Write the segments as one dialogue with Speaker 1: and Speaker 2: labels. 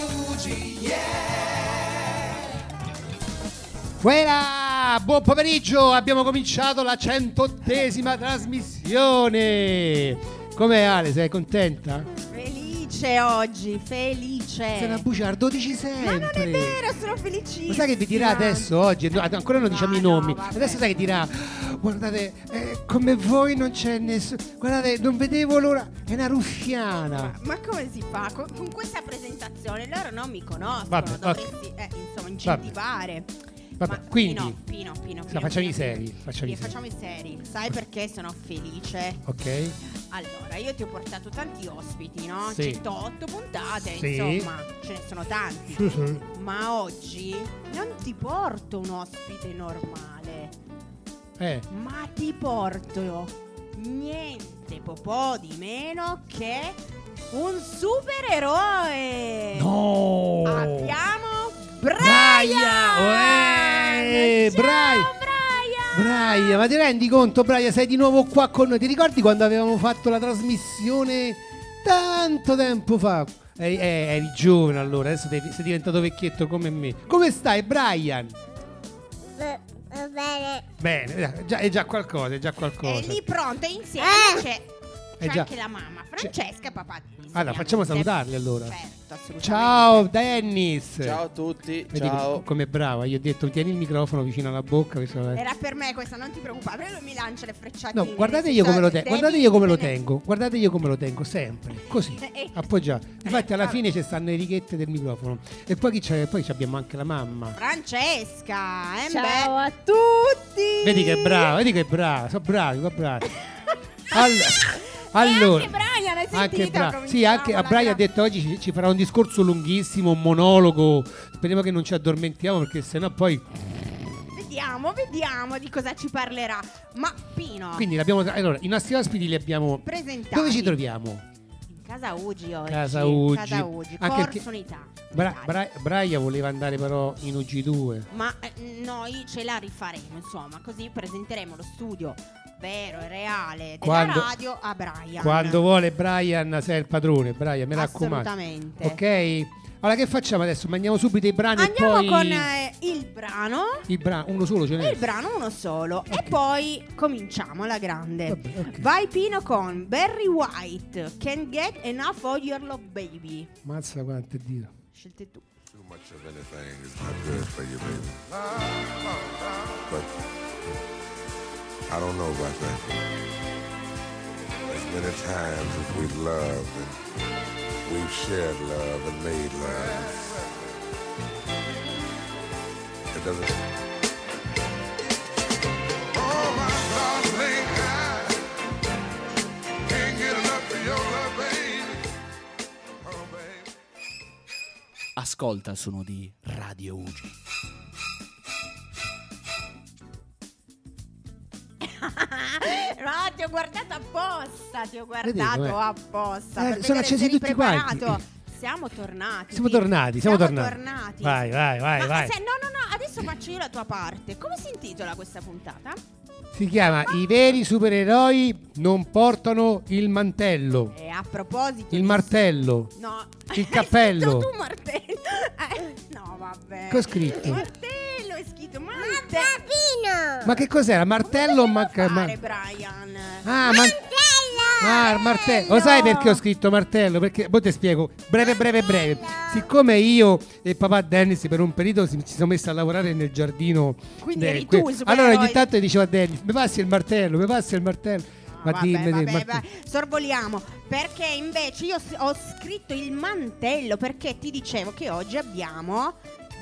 Speaker 1: oggi, yeah!
Speaker 2: Quella! Buon pomeriggio! Abbiamo cominciato la centottesima trasmissione! Com'è Ale? Sei contenta?
Speaker 3: Felice oggi, felice.
Speaker 2: Sei una bugiarda, 12
Speaker 3: Eh. Ma
Speaker 2: sempre!
Speaker 3: non è vero, sono felicissima.
Speaker 2: Lo sai che vi dirà adesso oggi? No, ancora non diciamo
Speaker 3: No,
Speaker 2: i nomi.
Speaker 3: no, vabbè.
Speaker 2: adesso sai che dirà: Guardate, eh, come voi non c'è nessuno. Guardate, non vedevo l'ora. È una ruffiana.
Speaker 3: Ma come si fa? Co- Con, questa presentazione loro non mi conoscono,
Speaker 2: Vabbè,
Speaker 3: dovresti eh, insomma incentivare.
Speaker 2: Vabbè,
Speaker 3: Ma-
Speaker 2: quindi.
Speaker 3: Pino, Pino, Pino,
Speaker 2: Sa,
Speaker 3: Pino,
Speaker 2: facciamo i
Speaker 3: Pino,
Speaker 2: seri,
Speaker 3: Pino.
Speaker 2: facciamo i
Speaker 3: Sì,
Speaker 2: seri.
Speaker 3: facciamo i seri. Sai perché sono felice?
Speaker 2: Ok?
Speaker 3: Allora, io ti ho portato tanti ospiti, no?
Speaker 2: Sì.
Speaker 3: 108 puntate,
Speaker 2: Sì.
Speaker 3: insomma, ce ne sono tanti.
Speaker 2: Sì, sì.
Speaker 3: Ma oggi non ti porto un ospite normale.
Speaker 2: Eh,
Speaker 3: Ma ti porto niente po' di meno che un supereroe!
Speaker 2: No!
Speaker 3: Ah, Abbiamo
Speaker 2: Brian!
Speaker 3: Brian!
Speaker 2: Uè,
Speaker 3: Ciao,
Speaker 2: Brian! Braia, ma ti rendi conto, Braia, sei di nuovo qua con noi. Ti ricordi quando avevamo fatto la trasmissione tanto tempo fa? Eri, eh, eri giovane allora, adesso devi- sei diventato vecchietto come me. Come stai, Brian?
Speaker 4: Eh, Va bene.
Speaker 2: Bene, eh, già- è già qualcosa, è già qualcosa.
Speaker 3: È lì pronto, insieme
Speaker 4: Eh!
Speaker 3: c'è,
Speaker 2: Eh
Speaker 3: c'è
Speaker 2: già.
Speaker 3: anche la mamma, Francesca, papà di Dennis,
Speaker 2: Allora, facciamo
Speaker 3: ovviamente.
Speaker 2: salutarli, allora.
Speaker 3: Certo, assolutamente.
Speaker 2: Ciao, Dennis.
Speaker 1: Ciao a tutti,
Speaker 2: Vedi
Speaker 1: ciao.
Speaker 2: come è brava, gli ho detto tieni il microfono vicino alla bocca. che se no-
Speaker 3: Era per me questa, non ti preoccupare, però lui mi lancia le
Speaker 2: No,
Speaker 3: frecciatine.
Speaker 2: guardate
Speaker 3: nel
Speaker 2: io
Speaker 3: senso,
Speaker 2: come lo, te-
Speaker 3: devi
Speaker 2: guardate io come lo
Speaker 3: tenere-
Speaker 2: tengo, guardate io come lo tengo sempre, così,
Speaker 3: Eh, eh.
Speaker 2: appoggiato. Infatti alla
Speaker 3: Vabbè.
Speaker 2: fine ci stanno le righette del microfono. E poi, chi c'è? poi ci abbiamo anche la mamma.
Speaker 3: Francesca, eh
Speaker 4: Ciao
Speaker 3: beh.
Speaker 4: a tutti.
Speaker 2: Vedi che è brava, vedi che è brava, sono bravi, sono bravi. All-
Speaker 3: E anche Brian, hai sentito?
Speaker 2: anche Bra-
Speaker 3: Cominciamo
Speaker 2: sì, anche a
Speaker 3: la
Speaker 2: Brian ha
Speaker 3: gra-
Speaker 2: detto oggi ci, ci farà un discorso lunghissimo, un monologo. Speriamo che non ci addormentiamo perché sennò poi...
Speaker 3: Vediamo, vediamo di cosa ci parlerà. Ma Pino,
Speaker 2: Quindi l'abbiamo... Allora, i nostri ospiti li abbiamo...
Speaker 3: presentati.
Speaker 2: Dove ci troviamo?
Speaker 3: In casa Ugi oggi.
Speaker 2: Casa Ugi.
Speaker 3: Casa Ugi,
Speaker 2: Anche
Speaker 3: Corso
Speaker 2: perché-
Speaker 3: Unità.
Speaker 2: Bra-
Speaker 3: Italia.
Speaker 2: Bra- Braia voleva andare però in UG2.
Speaker 3: Ma eh, noi ce la rifaremo, insomma, così presenteremo lo studio vero e reale della
Speaker 2: Quando-
Speaker 3: radio a Brian.
Speaker 2: Quando vuole Brian sei il padrone, Brian, mi raccomando.
Speaker 3: Assolutamente.
Speaker 2: Ok? Allora che facciamo adesso? Mandiamo subito i brani
Speaker 3: Andiamo
Speaker 2: e poi
Speaker 3: con eh, il brano.
Speaker 2: il brano, uno solo ce n'è.
Speaker 3: Il brano uno solo e poi cominciamo la grande.
Speaker 2: Vabbè, ok.
Speaker 3: Vai Pino con Barry White, Can't Get Enough of Your Love Baby.
Speaker 2: Mazza quante dita.
Speaker 3: Scelte tu.
Speaker 5: Too much of anything is not good for you, baby. But I don't know about that. As many times as we've loved and we've shared love and made love, it doesn't. Oh, my darling, I can't get enough of your love, baby. Oh, baby.
Speaker 6: Ascolta il suono di Radio Ugi.
Speaker 3: no, ti ho guardato apposta, ti ho guardato
Speaker 2: Vedi com'è?
Speaker 3: apposta.
Speaker 2: Eh, sono
Speaker 3: per vedere se
Speaker 2: accesi
Speaker 3: eri
Speaker 2: tutti quanti.
Speaker 3: preparato. Siamo tornati.
Speaker 2: Siamo
Speaker 3: Pino.
Speaker 2: tornati, siamo, tornati.
Speaker 3: tornati.
Speaker 2: Vai, vai, vai,
Speaker 3: Ma
Speaker 2: vai.
Speaker 3: se- no, no, no, adesso faccio io la tua parte. Come si intitola questa puntata?
Speaker 2: Si chiama I veri supereroi non portano il mantello,
Speaker 3: E a proposito
Speaker 2: il
Speaker 3: di-
Speaker 2: martello.
Speaker 3: No,
Speaker 2: Il cappello.
Speaker 3: Hai scritto tu martello. Eh, no, vabbè.
Speaker 2: Che ho scritto?
Speaker 3: Martello è scritto martello.
Speaker 4: Papino.
Speaker 2: Ma che cos'era? Martello o
Speaker 3: Ma
Speaker 2: manca-
Speaker 3: che
Speaker 2: ma-
Speaker 3: fare, Brian?
Speaker 2: Ah, man- Ah, il martello. Lo sai perché ho scritto martello? Perché poi ti spiego. Breve, breve, breve. Siccome io e papà Dennis per un periodo si- ci siamo messi a lavorare nel giardino.
Speaker 3: Quindi eri tu il supereroe.
Speaker 2: allora ogni tanto dicevo a Dennis: Mi passi il martello, mi passi il martello. Ma
Speaker 3: vabbè,
Speaker 2: dimmi,
Speaker 3: vabbè,
Speaker 2: dimmi, il martello.
Speaker 3: vabbè, sorvoliamo perché invece io s- ho scritto il mantello perché ti dicevo che oggi abbiamo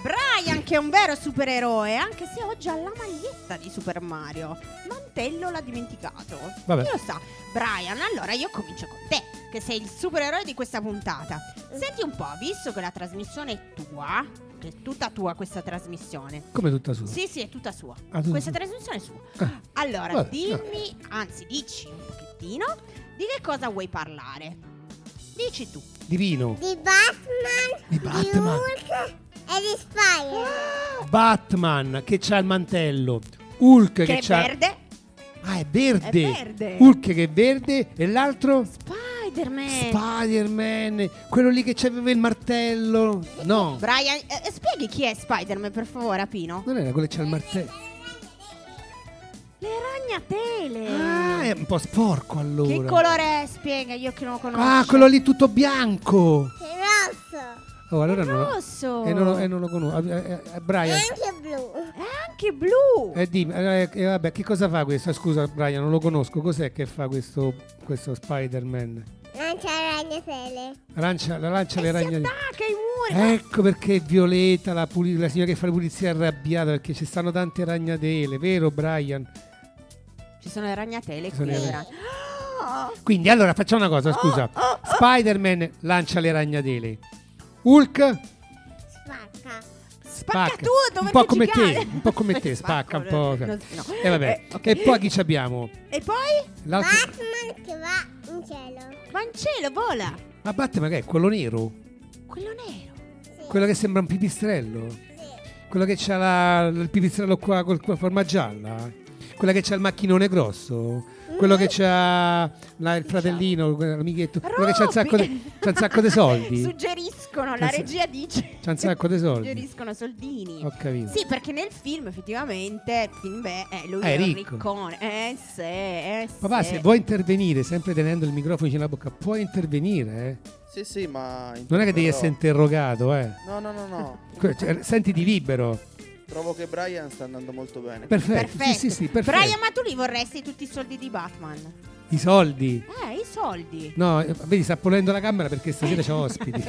Speaker 3: Brian che è un vero supereroe anche se oggi ha la maglietta di Super Mario mantello l'ha dimenticato
Speaker 2: Vabbè.
Speaker 3: chi lo sa Brian allora io comincio con te che sei il supereroe di questa puntata senti un po' visto che la trasmissione è tua che è tutta tua questa trasmissione
Speaker 2: Come tutta sua.
Speaker 3: sì, sì, è tutta sua.
Speaker 2: Ah, tutta
Speaker 3: Questa
Speaker 2: sua.
Speaker 3: trasmissione è sua.
Speaker 2: Ah,
Speaker 3: allora,
Speaker 2: vabbè,
Speaker 3: dimmi, anzi, dici un pochettino di che cosa vuoi parlare. Dici tu.
Speaker 2: Divino.
Speaker 4: Di Batman.
Speaker 2: Di Batman.
Speaker 4: Hulk e di Spider.
Speaker 2: Batman che c'ha il mantello. Hulk che,
Speaker 3: Che, è
Speaker 2: c'ha.
Speaker 3: verde?
Speaker 2: Ah, è verde.
Speaker 3: È verde.
Speaker 2: Hulk che è verde e l'altro.
Speaker 3: Spider. Spider-Man.
Speaker 2: Spider-Man, quello lì che c'aveva il martello. No,
Speaker 3: Brian, eh, eh, spieghi chi è Spider-Man, per favore, Apino.
Speaker 2: non era quello che c'ha il martello.
Speaker 3: Le ragnatele.
Speaker 2: Ah, è un po' sporco allora.
Speaker 3: che colore è? Spiega, io che non lo conosco.
Speaker 2: Ah, quello lì tutto bianco.
Speaker 4: È rosso.
Speaker 2: Oh, allora
Speaker 3: È
Speaker 2: non lo-
Speaker 3: rosso.
Speaker 2: E non, lo- e non lo conosco. Eh, eh, eh,
Speaker 4: E
Speaker 2: Brian,
Speaker 4: anche blu.
Speaker 3: È anche blu.
Speaker 2: eh, dimmi, eh, eh, vabbè, che cosa fa questo? Scusa, Brian, non lo conosco. Cos'è che fa questo, questo Spider-Man?
Speaker 4: Anche ragnatele.
Speaker 2: Lancia, la lancia le
Speaker 3: e si
Speaker 2: ragnatele.
Speaker 3: attacca ai muri.
Speaker 2: Ecco perché Violeta, la, puli- la signora che fa la pulizia, è arrabbiata perché ci stanno tante ragnatele, vero Brian?
Speaker 3: Ah, Ci sono le ragnatele Ah,
Speaker 2: Ci sono
Speaker 3: qui.
Speaker 2: le
Speaker 3: le
Speaker 2: ragnatele.
Speaker 3: ragn-
Speaker 2: Quindi allora facciamo una cosa, scusa.
Speaker 3: Oh,
Speaker 2: Spider-Man lancia le ragnatele. Hulk
Speaker 4: Spacca.
Speaker 2: spacca.
Speaker 3: tutto,
Speaker 2: un
Speaker 3: ma
Speaker 2: po'
Speaker 3: che
Speaker 2: come
Speaker 3: gigale.
Speaker 2: te, un po' come te, spacca un po'.
Speaker 3: No, no.
Speaker 2: E vabbè.
Speaker 3: Eh, ok.
Speaker 2: E poi chi ci abbiamo?
Speaker 3: E poi?
Speaker 2: L'altro...
Speaker 4: Batman che va in cielo.
Speaker 3: Va in cielo, vola.
Speaker 2: Ma Batman che è quello nero?
Speaker 3: Quello nero.
Speaker 4: Sì.
Speaker 2: Quello che sembra un pipistrello? Quello che c'ha la- il pipistrello qua col con la forma gialla? Quella che c'ha il macchinone grosso? Quello
Speaker 3: Mm.
Speaker 2: che c'ha la- il fratellino, l'amichetto? Quello che c'ha un sacco di,
Speaker 3: Robin.
Speaker 2: c'ha un sacco di soldi?
Speaker 3: Suggeriscono, la
Speaker 2: C'ha-
Speaker 3: regia dice.
Speaker 2: C'ha un sacco di soldi?
Speaker 3: Suggeriscono soldini.
Speaker 2: Ho capito.
Speaker 3: Sì, perché nel film effettivamente il film beh, eh, lui
Speaker 2: Eh,
Speaker 3: è un
Speaker 2: ricco.
Speaker 3: riccone. Eh sì, eh sì.
Speaker 2: Papà, se vuoi intervenire, sempre tenendo il microfono vicino alla bocca, puoi intervenire, eh?
Speaker 1: Sì, sì, ma.
Speaker 2: Non è che devi
Speaker 1: interverrò.
Speaker 2: essere interrogato, eh?
Speaker 1: No, no, no, no.
Speaker 2: Que- cioè, sentiti libero.
Speaker 1: Trovo che Brian sta andando molto bene.
Speaker 2: Perfetto.
Speaker 3: Perfetto.
Speaker 2: Sì, sì, sì, perfetto.
Speaker 3: Brian, ma tu li vorresti tutti i soldi di Batman?
Speaker 2: I soldi.
Speaker 3: Eh, i soldi.
Speaker 2: No, eh, vedi, sta pulendo la camera perché stasera c'ho ospiti.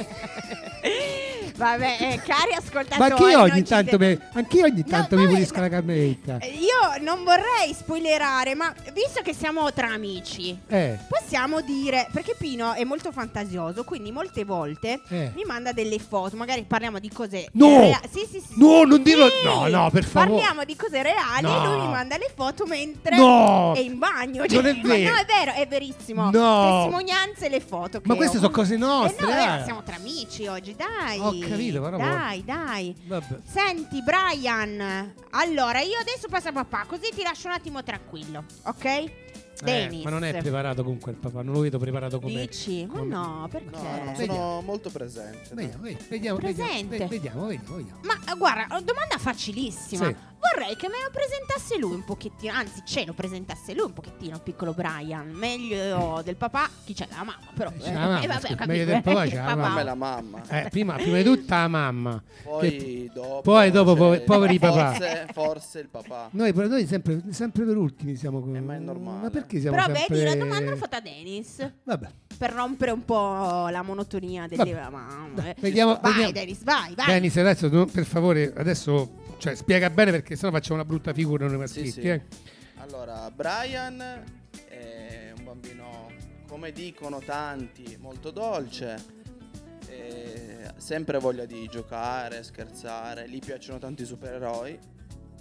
Speaker 3: Vabbè, eh, cari ascoltatori.
Speaker 2: Ma anch'io
Speaker 3: eh, non
Speaker 2: ogni
Speaker 3: ci
Speaker 2: tanto,
Speaker 3: de-
Speaker 2: mi, anch'io ogni
Speaker 3: No,
Speaker 2: tanto mi
Speaker 3: vabbè,
Speaker 2: pulisco
Speaker 3: ma-
Speaker 2: la cameretta.
Speaker 3: Eh, Io non vorrei spoilerare, ma visto che siamo tra amici,
Speaker 2: Eh,
Speaker 3: possiamo dire. Perché Pino è molto fantasioso, quindi molte volte
Speaker 2: Eh.
Speaker 3: mi manda delle foto. Magari parliamo di cose.
Speaker 2: No!
Speaker 3: rea- sì, sì, sì.
Speaker 2: No, non
Speaker 3: Sì!
Speaker 2: dirlo- no, no, per favore.
Speaker 3: Parliamo di cose reali
Speaker 2: No.
Speaker 3: e lui mi manda le foto mentre
Speaker 2: No!
Speaker 3: è in bagno.
Speaker 2: Non
Speaker 3: cioè,
Speaker 2: è
Speaker 3: ma
Speaker 2: vero.
Speaker 3: no, è vero, è verissimo.
Speaker 2: No.
Speaker 3: Testimonianze e le foto.
Speaker 2: ma
Speaker 3: Cleo.
Speaker 2: queste sono cose
Speaker 3: Eh
Speaker 2: nostre.
Speaker 3: no, è vero,
Speaker 2: eh.
Speaker 3: siamo tra amici oggi, dai.
Speaker 2: Ho capito, però-
Speaker 3: Dai, dai.
Speaker 2: Vabbè.
Speaker 3: Senti Brian, allora io adesso passo a papà, così ti lascio un attimo tranquillo, ok?
Speaker 2: Eh,
Speaker 3: Denis.
Speaker 2: ma non è preparato comunque il papà, non lo vedo preparato come.
Speaker 3: Dici? Ma
Speaker 2: come-
Speaker 3: no, perché?
Speaker 1: No, no,
Speaker 2: Vediamo.
Speaker 1: sono molto presente. dai.
Speaker 2: Vediamo, vediamo, vediamo,
Speaker 3: Presente.
Speaker 2: ve- vediamo, vediamo, vediamo.
Speaker 3: Ma eh, guarda, ho domanda facilissima.
Speaker 2: Sì.
Speaker 3: Vorrei che me lo presentasse lui un pochettino, anzi ce lo presentasse lui un pochettino, piccolo Brian. Meglio del papà, chi c'è? La mamma, però.
Speaker 2: Eh, c'è la mamma,
Speaker 3: eh, vabbè, ho
Speaker 2: scusa,
Speaker 3: capito,
Speaker 2: meglio del
Speaker 3: eh,
Speaker 2: papà
Speaker 3: il
Speaker 2: c'è la
Speaker 3: papà.
Speaker 1: A me
Speaker 2: mamma.
Speaker 1: la mamma.
Speaker 2: Eh, prima, prima di tutto la mamma.
Speaker 1: Poi dopo.
Speaker 2: poi dopo, po-
Speaker 1: cioè,
Speaker 2: poveri papà.
Speaker 1: Forse, forse il papà.
Speaker 2: Noi, però noi sempre, sempre per ultimi siamo. con-
Speaker 1: Eh, ma è normale.
Speaker 2: Ma perché siamo
Speaker 3: Però
Speaker 2: sempre...
Speaker 3: vedi, la domanda l'ho fatta a Dennis.
Speaker 2: Vabbè.
Speaker 3: Per rompere un po' la monotonia delle
Speaker 2: Vabbè.
Speaker 3: mamma.
Speaker 2: Dai, vediamo-
Speaker 3: eh. vai,
Speaker 2: vediamo.
Speaker 3: Dennis, vai, vai.
Speaker 2: Denis, adesso no, per favore, adesso cioè, spiega bene perché sennò facciamo una brutta figura noi
Speaker 1: Sì,
Speaker 2: maschietti.
Speaker 1: sì.
Speaker 2: eh.
Speaker 1: Allora, Brian è un bambino, come dicono tanti, molto dolce. e sempre voglia di giocare, scherzare. Gli piacciono tanti i supereroi.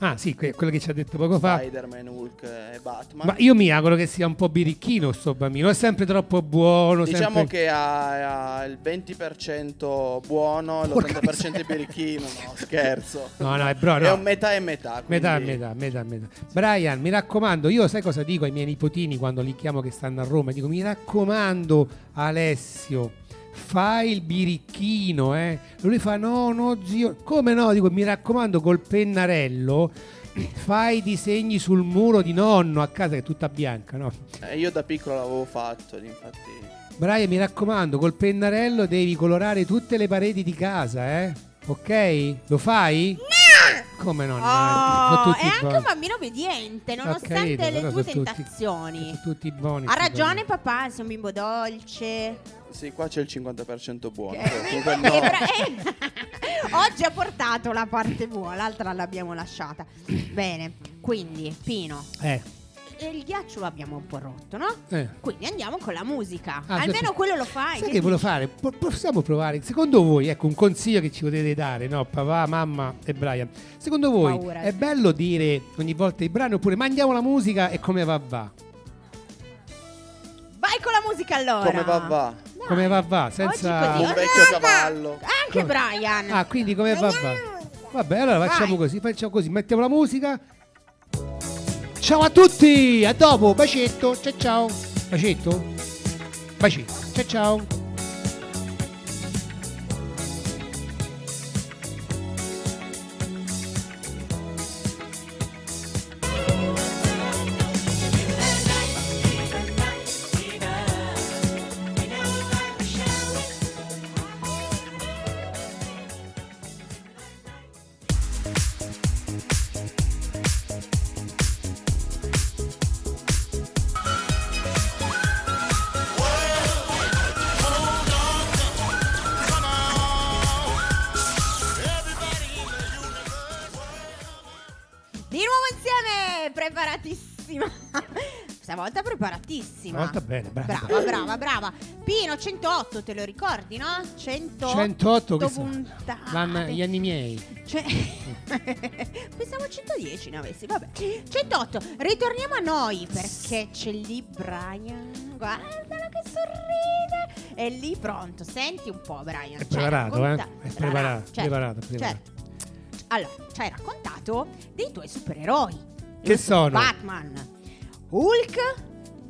Speaker 2: Ah, sì, que- quello che ci ha detto poco fa.
Speaker 1: Spider-Man, Hulk e Batman.
Speaker 2: Ma io mi auguro che sia un po' birichino sto bambino, è sempre troppo buono.
Speaker 1: Diciamo
Speaker 2: sempre-
Speaker 1: che ha, ha il 20% buono e
Speaker 2: Porca
Speaker 1: l'80%
Speaker 2: miseria.
Speaker 1: birichino, no scherzo.
Speaker 2: No, no, è bro,
Speaker 1: È
Speaker 2: no.
Speaker 1: un metà e metà. quindi-
Speaker 2: Metà, metà, metà, metà. Brian, mi raccomando, io sai cosa dico ai miei nipotini quando li chiamo che stanno a Roma? Dico, mi raccomando, Alessio, fai il birichino, eh. Lui fa, no, no, zio. Come no? Dico, mi raccomando, col pennarello fai i disegni sul muro di nonno a casa che è tutta bianca, no?
Speaker 1: Eh, io da piccolo l'avevo fatto, infatti.
Speaker 2: Brian, mi raccomando, col pennarello devi colorare tutte le pareti di casa, eh. Ok? Lo fai? No! Come no? no? Sono
Speaker 3: Oh,
Speaker 2: tutti
Speaker 3: è anche un
Speaker 2: buoni.
Speaker 3: bambino obbediente,
Speaker 2: Ho
Speaker 3: nonostante
Speaker 2: capito,
Speaker 3: le
Speaker 2: Ah, però
Speaker 3: tue
Speaker 2: sono tutti-
Speaker 3: tentazioni.
Speaker 2: sono tutti buoni.
Speaker 3: ha
Speaker 2: sti
Speaker 3: ragione
Speaker 2: bambini.
Speaker 3: papà, sei un bimbo dolce.
Speaker 1: Sì, qua c'è il 50% buono.
Speaker 3: Eh,
Speaker 1: perché comunque
Speaker 3: eh,
Speaker 1: no.
Speaker 3: bra- eh, Oggi ha portato la parte buona, l'altra l'abbiamo lasciata. Bene, quindi Pino,
Speaker 2: Eh,
Speaker 3: e il ghiaccio lo abbiamo un po' rotto, no?
Speaker 2: eh.
Speaker 3: Quindi andiamo con la musica.
Speaker 2: Ah,
Speaker 3: Almeno
Speaker 2: certo.
Speaker 3: quello lo fai.
Speaker 2: Sai
Speaker 3: che
Speaker 2: che volevo fare? Po- possiamo provare? Secondo voi, ecco, un consiglio che ci potete dare, no? Papà, mamma e Brian. Secondo voi
Speaker 3: Paura.
Speaker 2: è bello dire ogni volta i brani oppure mandiamo la musica e come va va?
Speaker 3: dici. Vai con la musica allora.
Speaker 1: Come va va?
Speaker 3: Dai.
Speaker 2: Come va va?
Speaker 3: Oggi
Speaker 1: Un
Speaker 3: così,
Speaker 2: Senza...
Speaker 3: oggi-
Speaker 1: vecchio cavallo.
Speaker 3: Anche
Speaker 2: Come-
Speaker 3: Brian.
Speaker 2: Ah, quindi come va va? Vabbè, allora facciamo
Speaker 3: Vai.
Speaker 2: così, facciamo così, mettiamo la musica. Ciao a tutti, a dopo, bacetto, ciao ciao. Bacetto? Bacetto. Ciao ciao.
Speaker 3: Di nuovo insieme, preparatissima. Stavolta preparatissima.
Speaker 2: Stavolta bene, brava.
Speaker 3: Brava, brava, brava. Pino 108, te lo ricordi, no? 108,
Speaker 2: 108 che sono
Speaker 3: puntate.
Speaker 2: l'anno- gli anni miei.
Speaker 3: Cioè, pensavo 110 ne avessi, vabbè. 108, ritorniamo a noi perché c'è lì Brian. Guardalo che sorride. È lì pronto, senti un po' Brian.
Speaker 2: È
Speaker 3: Ci hai
Speaker 2: preparato, eh?
Speaker 3: racconta-
Speaker 2: È preparato,
Speaker 3: Certo,
Speaker 2: preparato, preparato.
Speaker 3: certo. Allora, ci hai raccontato dei tuoi supereroi.
Speaker 2: Che sono?
Speaker 3: Batman, Hulk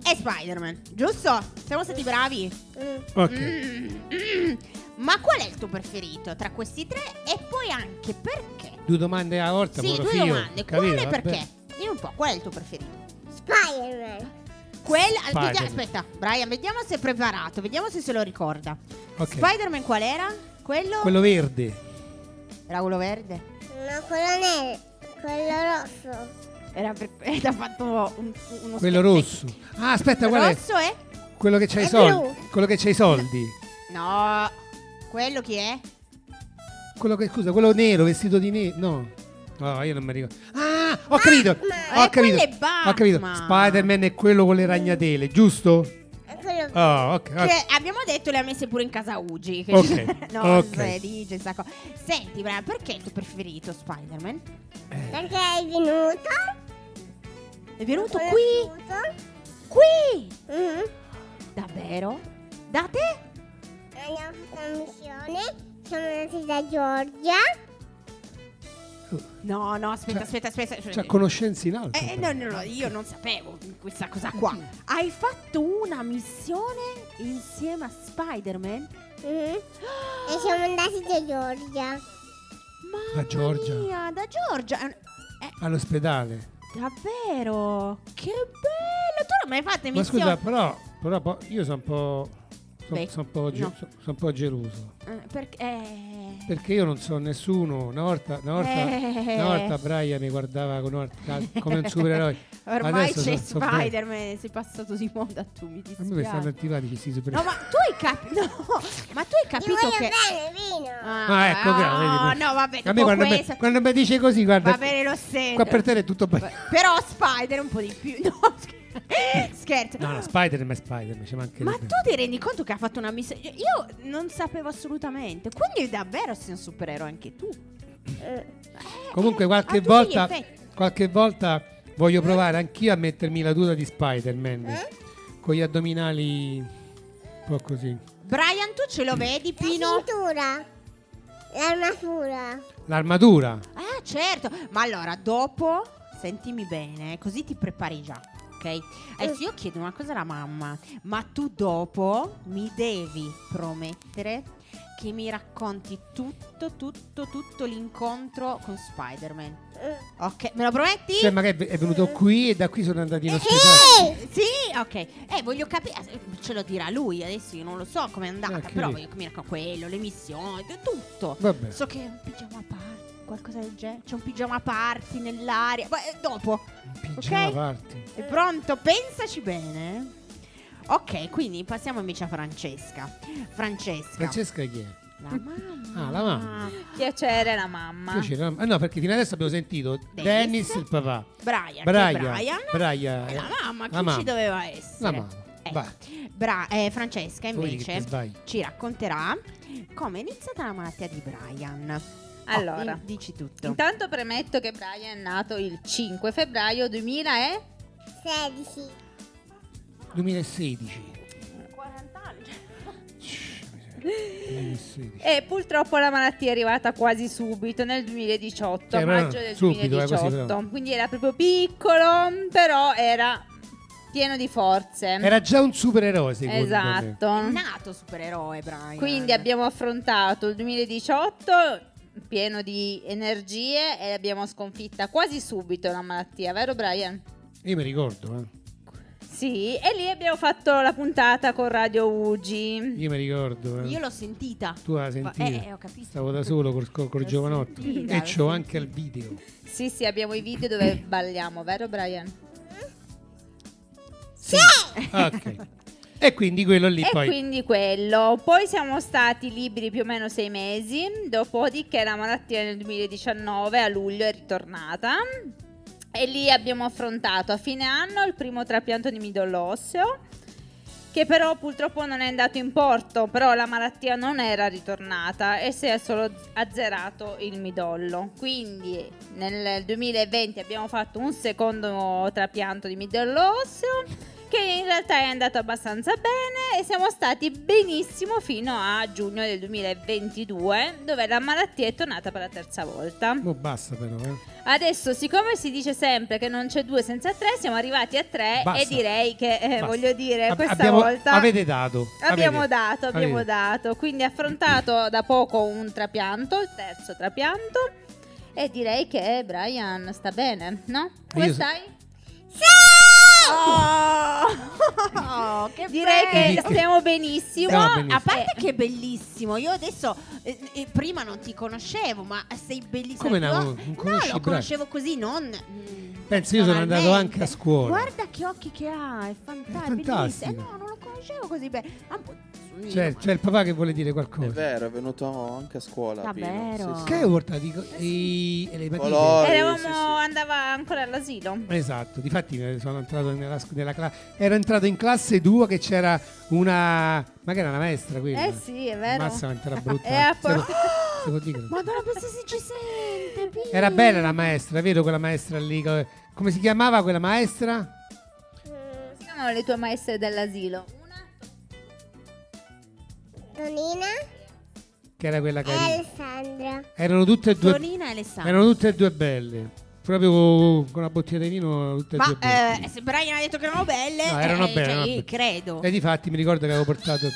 Speaker 3: e Spider-Man, giusto? Siamo stati bravi?
Speaker 4: Mm.
Speaker 2: Ok.
Speaker 3: Mm, mm. Ma qual è il tuo preferito tra questi tre? E poi anche perché?
Speaker 2: Due domande alla volta,
Speaker 3: sì,
Speaker 2: povero
Speaker 3: due
Speaker 2: figlio, eh,
Speaker 3: domande.
Speaker 2: capito?
Speaker 3: Quale e
Speaker 2: Vabbè.
Speaker 3: perché? Dimmi un po', qual è il tuo preferito?
Speaker 4: Spider-Man.
Speaker 3: Quel, ah,
Speaker 2: Spider-Man.
Speaker 3: vediamo- aspetta, Brian, vediamo se è preparato, vediamo se se lo ricorda.
Speaker 2: Ok.
Speaker 3: Spider-Man qual era? Quello?
Speaker 2: Quello verde.
Speaker 3: Era quello verde.
Speaker 4: No, quello nero. Quello rosso.
Speaker 3: Era per... ed ha fatto un, uno
Speaker 2: Quello rosso. Ah, aspetta, qual è?
Speaker 3: Rosso è?
Speaker 2: Quello che c'ha i
Speaker 4: È
Speaker 2: soldi.
Speaker 4: blu.
Speaker 2: Quello che c'ha i soldi.
Speaker 3: No. Quello chi è?
Speaker 2: Quello che, scusa, quello nero, vestito di nero. No. No, io non mi ricordo. Ah, ho capito.
Speaker 3: Eh,
Speaker 2: ho capito.
Speaker 3: quello è Batman.
Speaker 2: Ho capito. Spider-Man è quello con le ragnatele, giusto?
Speaker 4: E quello blu.
Speaker 2: Ah, ok. ok.
Speaker 3: Che abbiamo detto le ha messe pure in casa Ugi. Che
Speaker 2: Ok,
Speaker 3: no,
Speaker 2: ok.
Speaker 3: se dice sta cosa. Senti, Brian, perché è il tuo preferito Spider-Man?
Speaker 4: Perché è venuto?
Speaker 3: È venuto
Speaker 4: Quello
Speaker 3: qui,
Speaker 4: è venuto.
Speaker 3: qui,
Speaker 4: Mm.
Speaker 3: davvero? Da te?
Speaker 4: Abbiamo fatto una missione. Siamo andati da Giorgia.
Speaker 3: No, no, aspetta,
Speaker 2: Cioè-
Speaker 3: aspetta, aspetta.
Speaker 2: Cioè, conoscenze in alto.
Speaker 3: Eh, no, no, no, io non sapevo questa cosa qua.
Speaker 2: Mm.
Speaker 3: Hai fatto una missione insieme a Spider-Man? Eh?
Speaker 4: Mhm. E siamo andati da Giorgia.
Speaker 3: Mamma
Speaker 2: Georgia.
Speaker 3: mia, da Giorgia. Eh,
Speaker 2: All'ospedale.
Speaker 3: davvero? Che bello! Tu non mi hai fatto
Speaker 2: Ma
Speaker 3: missioni?
Speaker 2: scusa, però, però po- io sono un po'. Sono
Speaker 3: Beh,
Speaker 2: un po', ge-
Speaker 3: no.
Speaker 2: son- son un po' geloso.
Speaker 3: Eh, Perché... eh.
Speaker 2: Perché io non so nessuno. Una volta, una volta,
Speaker 3: Eh.
Speaker 2: una volta Brian mi guardava con or- ca- come un supereroe.
Speaker 3: Ormai
Speaker 2: Adesso
Speaker 3: c'è
Speaker 2: so- so bene.
Speaker 3: Spider-Man, sei passato di moda tu,
Speaker 2: A
Speaker 3: mi
Speaker 2: me mi stanno
Speaker 3: dispiace.
Speaker 2: attivati questi
Speaker 3: No,
Speaker 2: supereroi.
Speaker 3: ma tu hai capito... No, ma tu hai
Speaker 4: Ti
Speaker 3: capito
Speaker 4: voglio
Speaker 3: che...
Speaker 4: bene, vino.
Speaker 2: Ah, ecco,
Speaker 3: no,
Speaker 2: grazie.
Speaker 3: no, vabbè,
Speaker 2: A me
Speaker 3: dopo
Speaker 2: quando, me-
Speaker 3: questo...
Speaker 2: quando mi dice così, guarda.
Speaker 3: Va bene lo stesso.
Speaker 2: Qua per te è tutto bene.
Speaker 3: Però Spider un po' di più. No, scher- scherzo.
Speaker 2: No, no, Spider-Man è Spider-Man, ci manca
Speaker 3: ma tu ti rendi conto che ha fatto una missione? Io non sapevo assolutamente. Quindi davvero sei un supereroe anche tu. Eh,
Speaker 2: Comunque
Speaker 3: eh,
Speaker 2: qualche
Speaker 3: a tutti gli
Speaker 2: volta,
Speaker 3: effetti. Eh?
Speaker 2: qualche volta voglio provare anch'io a mettermi la tuta di Spider-Man.
Speaker 4: Eh?
Speaker 2: Con gli addominali un po' così.
Speaker 3: Brian, tu
Speaker 2: Mm.
Speaker 3: ce lo vedi,
Speaker 4: La
Speaker 3: Pino?
Speaker 4: cintura. L'armatura.
Speaker 2: L'armatura.
Speaker 3: Ah, certo. Ma allora, dopo, sentimi bene, così ti prepari già, ok? Adesso io chiedo una cosa alla mamma, ma tu dopo mi devi promettere che mi racconti tutto, tutto, tutto l'incontro con Spider-Man.
Speaker 4: Mm.
Speaker 3: Ok, me lo prometti?
Speaker 2: Cioè, magari è venuto
Speaker 3: Eh.
Speaker 2: qui e da qui sono andati in ospedale.
Speaker 4: Sì!
Speaker 3: Sì, ok. Eh, voglio capire. Ce lo dirà lui adesso. Io non lo so com'è andata.
Speaker 2: Ah, che
Speaker 3: però
Speaker 2: lì.
Speaker 3: voglio capire con quello, le missioni, t- tutto.
Speaker 2: Vabbè.
Speaker 3: So che è un pigiama party, qualcosa del genere. C'è un pigiama party nell'aria. Ma eh, dopo,
Speaker 2: Pigiama
Speaker 3: Ok.
Speaker 2: party.
Speaker 3: è pronto? Pensaci bene. Ok, quindi passiamo invece a Francesca. Francesca.
Speaker 2: Francesca chi è?
Speaker 3: La mamma.
Speaker 2: Ah, la mamma.
Speaker 7: Piacere la mamma.
Speaker 2: Piacere, no? Ah, no, perché fino adesso abbiamo sentito
Speaker 3: Dennis.
Speaker 2: Dennis, il papà.
Speaker 3: Brian.
Speaker 2: Brian.
Speaker 3: che è Brian.
Speaker 2: Brian.
Speaker 3: E la mamma, chi
Speaker 2: La mamma.
Speaker 3: ci doveva essere?
Speaker 2: La mamma.
Speaker 3: Eh,
Speaker 2: Vai.
Speaker 3: Bra- eh, Francesca
Speaker 2: Tu vedi che ti
Speaker 3: invece
Speaker 2: sbagli.
Speaker 3: ci racconterà come è iniziata la malattia di Brian.
Speaker 7: Allora,
Speaker 3: Di- dici tutto.
Speaker 7: intanto premetto che Brian è nato il 5 febbraio 2000 e...
Speaker 4: 16.
Speaker 2: 2016.
Speaker 7: 40 anni.
Speaker 2: Shh, miseria. 2016.
Speaker 7: E purtroppo la malattia è arrivata quasi subito nel 2018,
Speaker 2: Cioè,
Speaker 7: a
Speaker 2: ma
Speaker 7: maggio del
Speaker 2: subito, eh, così,
Speaker 7: 2018. Quindi era proprio piccolo, però era pieno di forze.
Speaker 2: Era già un supereroe, secondo me.
Speaker 7: esatto.
Speaker 3: È nato supereroe, Brian.
Speaker 7: Quindi abbiamo affrontato il 2018 pieno di energie e abbiamo sconfitta quasi subito la malattia, vero Brian?
Speaker 2: Io mi ricordo, eh.
Speaker 7: Sì, e lì abbiamo fatto la puntata con Radio Ugi.
Speaker 2: Io mi ricordo. eh.
Speaker 3: Io l'ho sentita.
Speaker 2: Tu la
Speaker 3: Ma-
Speaker 2: sentivi?
Speaker 3: Eh, eh, ho capito.
Speaker 2: Stavo da solo col, col, col
Speaker 7: L'ho
Speaker 2: giovanotto.
Speaker 7: sentita,
Speaker 2: e
Speaker 7: l'ho
Speaker 2: c'ho anche
Speaker 7: sentita.
Speaker 2: il video.
Speaker 7: Sì, sì, abbiamo i video dove balliamo, vero Brian?
Speaker 2: Sì! Ah, ok. E quindi quello lì
Speaker 7: e
Speaker 2: poi.
Speaker 7: quindi quello. Poi siamo stati liberi più o meno sei mesi, dopodiché la malattia nel 2019 a luglio è ritornata. E lì abbiamo affrontato a fine anno il primo trapianto di midollo osseo, che però purtroppo non è andato in porto, però la malattia non era ritornata e si è solo azzerato il midollo. Quindi nel 2020 abbiamo fatto un secondo trapianto di midollo osseo che in realtà è andato abbastanza bene e siamo stati benissimo fino a giugno del 2022 dove la malattia è tornata per la terza volta.
Speaker 2: Mo basta però, eh.
Speaker 7: Adesso siccome si dice sempre che non c'è due senza tre siamo arrivati a tre
Speaker 2: Basta.
Speaker 7: e direi che eh,
Speaker 2: Basta.
Speaker 7: voglio dire
Speaker 2: Ab-
Speaker 7: questa
Speaker 2: abbiamo-
Speaker 7: volta
Speaker 2: Avete dato.
Speaker 7: abbiamo
Speaker 2: avete-
Speaker 7: dato, abbiamo
Speaker 2: avete.
Speaker 7: dato, quindi affrontato da poco un trapianto, il terzo trapianto e direi che Brian sta bene, no? Come
Speaker 2: Io so-
Speaker 7: stai?
Speaker 3: Oh! che
Speaker 7: Direi che
Speaker 2: Dite.
Speaker 7: stiamo benissimo. Eh,
Speaker 2: Stiamo benissimo.
Speaker 3: A parte che è bellissimo, io adesso eh, eh, prima non ti conoscevo, ma sei bellissimo.
Speaker 2: Come no?
Speaker 3: no?
Speaker 2: Non conosci
Speaker 3: No, lo
Speaker 2: Brian?
Speaker 3: conoscevo così, non. mm,
Speaker 2: Penso, io sono
Speaker 3: personalmente.
Speaker 2: andato anche a scuola.
Speaker 3: Guarda che occhi che ha, è fantastico.
Speaker 2: È
Speaker 3: È
Speaker 2: fantastico.
Speaker 3: fantastico. no, non lo conoscevo così bene. Ah, boh, Ha un po' di sonnino,
Speaker 2: C'è,
Speaker 3: ma-
Speaker 2: c'è il papà che vuole dire
Speaker 1: È
Speaker 2: qualcosa.
Speaker 1: vero, è venuto anche a scuola. Pino.
Speaker 3: Davvero?
Speaker 1: Sì, sì.
Speaker 2: Che hai portato? i co- i- le matite?
Speaker 1: Colori. Sì,
Speaker 7: Eravamo,
Speaker 1: sì, sì.
Speaker 7: andava ancora all'asilo.
Speaker 2: Esatto, difatti eh, sono entrato nella, scu- nella classe. Ero entrato in classe 2 che c'era una. Ma che era una maestra quella?
Speaker 7: Eh sì, è vero.
Speaker 2: Mazza, quanto era brutta.
Speaker 7: E
Speaker 2: Se
Speaker 7: a
Speaker 2: lo-
Speaker 7: parte-
Speaker 2: se lo dico.
Speaker 3: Madonna, pensa se ci sente. Pino.
Speaker 2: Era
Speaker 4: Mm-hmm.
Speaker 2: bella la maestra, vero quella maestra lì? co- Come si chiamava quella maestra?
Speaker 4: Mm,
Speaker 7: Come si chiamano le tue maestre dell'asilo? Una?
Speaker 4: Tonina
Speaker 2: Che era quella
Speaker 4: e
Speaker 2: carina.
Speaker 4: Alessandra.
Speaker 2: Erano tutte e due,
Speaker 3: Eh Tonina e Alessandra.
Speaker 2: erano tutte e due belle. Proprio con una bottiglia di vino, tutte e
Speaker 3: Ma
Speaker 2: due belle.
Speaker 3: eh, se Brian ha detto che erano belle,
Speaker 2: No, erano
Speaker 3: eh,
Speaker 2: belle,
Speaker 3: cioè,
Speaker 2: erano Eh,
Speaker 3: io
Speaker 2: belle.
Speaker 3: credo.
Speaker 2: E di fatti mi ricordo che avevo portato,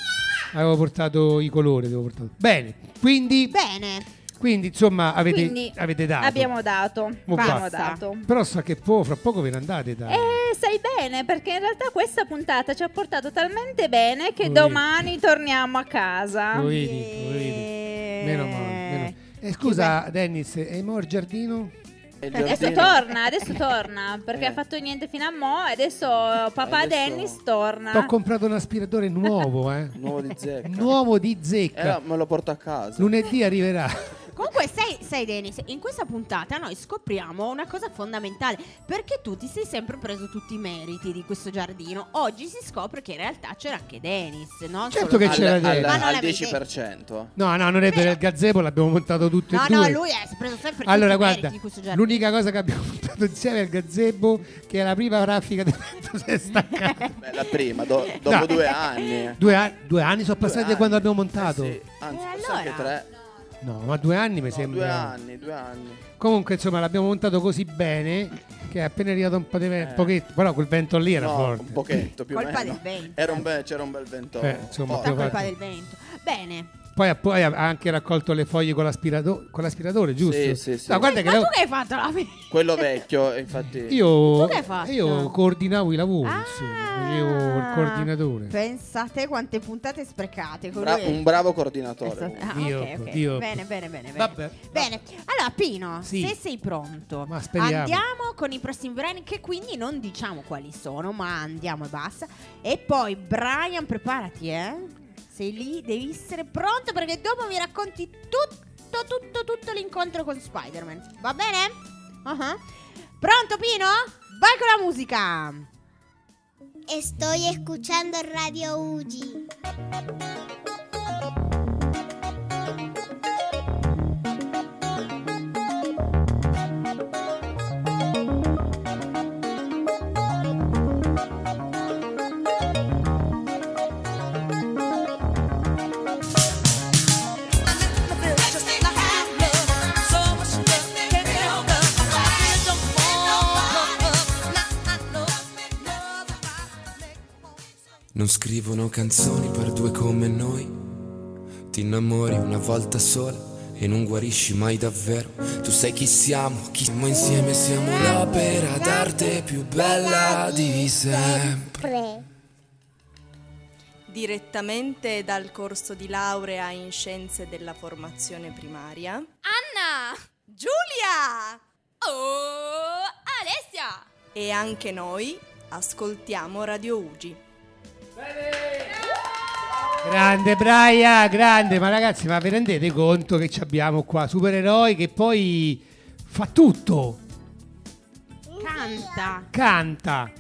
Speaker 2: avevo portato i colori. Avevo portato. Bene, quindi,
Speaker 3: Bene.
Speaker 2: quindi, insomma avete,
Speaker 7: Quindi
Speaker 2: avete dato.
Speaker 7: Abbiamo dato.
Speaker 2: Mo
Speaker 7: Abbiamo
Speaker 3: basta.
Speaker 7: dato.
Speaker 2: Però so che po- fra poco ve ne andate da...
Speaker 3: Eh.
Speaker 7: E sai bene perché in realtà questa puntata ci ha portato talmente bene che
Speaker 2: Ui.
Speaker 7: domani torniamo a casa.
Speaker 2: Lo vedi, lo vedi. Meno male. meno- Eh, scusa Dennis, e mo il giardino?
Speaker 1: E il
Speaker 7: Adesso
Speaker 1: giardino?
Speaker 7: torna, adesso torna perché
Speaker 1: Eh.
Speaker 7: ha fatto niente fino a mo' e adesso papà
Speaker 1: Adesso-
Speaker 7: Dennis
Speaker 3: Ah.
Speaker 7: torna.
Speaker 2: T'ho comprato un aspiratore nuovo, eh.
Speaker 1: Nuovo di zecca.
Speaker 2: Nuovo di zecca.
Speaker 1: Eh, no, me lo porto a casa.
Speaker 2: Lunedì arriverà.
Speaker 3: Comunque, sai, sai, Denis, in questa puntata noi scopriamo una cosa fondamentale. Perché tu ti sei sempre preso tutti i meriti di questo giardino. Oggi si scopre che in realtà c'era anche Denis, no?
Speaker 2: Certo
Speaker 3: Solo
Speaker 2: che
Speaker 1: al,
Speaker 3: lui.
Speaker 2: c'era
Speaker 1: al-
Speaker 2: dentro.
Speaker 3: Ma non
Speaker 1: al
Speaker 3: l'avevi
Speaker 1: 10%.
Speaker 2: No, no, non è vero, il gazebo l'abbiamo montato tutto
Speaker 3: No,
Speaker 2: e due.
Speaker 3: no, lui è- si è preso sempre tutti
Speaker 2: Allora,
Speaker 3: i
Speaker 2: guarda,
Speaker 3: meriti di questo giardino.
Speaker 2: l'unica cosa che abbiamo montato insieme è il gazebo, che è la prima grafica del vento si è staccata.
Speaker 1: Beh, la prima, do- dopo
Speaker 2: No.
Speaker 1: due anni.
Speaker 2: Due, a- due anni sono
Speaker 1: Due
Speaker 2: passati da
Speaker 1: anni.
Speaker 2: quando l'abbiamo montato.
Speaker 1: Eh sì, anzi,
Speaker 3: E
Speaker 1: forse anche
Speaker 3: allora?
Speaker 1: tre.
Speaker 2: No, ma due anni mi
Speaker 1: No,
Speaker 2: sembra.
Speaker 1: Due anni, due anni.
Speaker 2: Comunque, insomma, l'abbiamo montato così bene che è appena arrivato un po' di vento,
Speaker 1: Eh.
Speaker 2: pochetto, però quel vento lì era
Speaker 1: no,
Speaker 2: forte.
Speaker 1: un pochetto più o
Speaker 3: Colpa
Speaker 1: meno.
Speaker 3: del vento.
Speaker 1: Era un bel- c'era un bel vento.
Speaker 2: Eh, insomma,
Speaker 1: forte.
Speaker 2: proprio-
Speaker 3: Tutta colpa del vento. Bene.
Speaker 2: Poi, ha- poi ha anche raccolto le foglie con, l'aspirato- con l'aspiratore, giusto?
Speaker 1: Sì, sì, sì.
Speaker 2: No, guarda
Speaker 3: Eh, Ma
Speaker 2: che
Speaker 3: tu che hai fatto la fine?
Speaker 1: quello vecchio, infatti.
Speaker 2: io,
Speaker 3: Tu che hai fatto? Ah.
Speaker 2: io coordinavo i lavori, insomma, facevo il coordinatore.
Speaker 3: Pensate quante puntate sprecate. con
Speaker 1: Bra-
Speaker 3: lui.
Speaker 1: un bravo coordinatore.
Speaker 3: Ah,
Speaker 2: Dio,
Speaker 3: ok, ok.
Speaker 2: Dio.
Speaker 3: Bene, bene, bene. bene.
Speaker 2: Vabbè,
Speaker 3: Bene. allora Pino,
Speaker 2: Sì.
Speaker 3: se sei pronto,
Speaker 2: Ma speriamo.
Speaker 3: andiamo con i prossimi brani che quindi non diciamo quali sono, ma andiamo e basta. E poi Brian, preparati, eh. Sei lì, devi essere pronto perché dopo mi racconti tutto, tutto, tutto l'incontro con Spider-Man. Va bene? Ah. Pronto Pino? Vai con la musica.
Speaker 4: Estoy escuchando Radio Uji.
Speaker 8: Can't help it. I don't wanna love, not I know. Non scrivono canzoni per due come noi. Ti innamori una volta sola e non guarisci mai davvero. Tu sai chi siamo, chi siamo insieme, siamo l'opera d'arte più bella di sempre.
Speaker 4: Pre.
Speaker 9: Direttamente dal corso di laurea in scienze della formazione primaria.
Speaker 10: Anna!
Speaker 9: Giulia!
Speaker 10: Oh, Alessia!
Speaker 9: E anche noi ascoltiamo Radio Ugi.
Speaker 2: Grande Braia, grande, ma ragazzi, ma vi rendete conto che ci abbiamo qua? Supereroi che poi fa tutto,
Speaker 3: Canta,
Speaker 2: canta,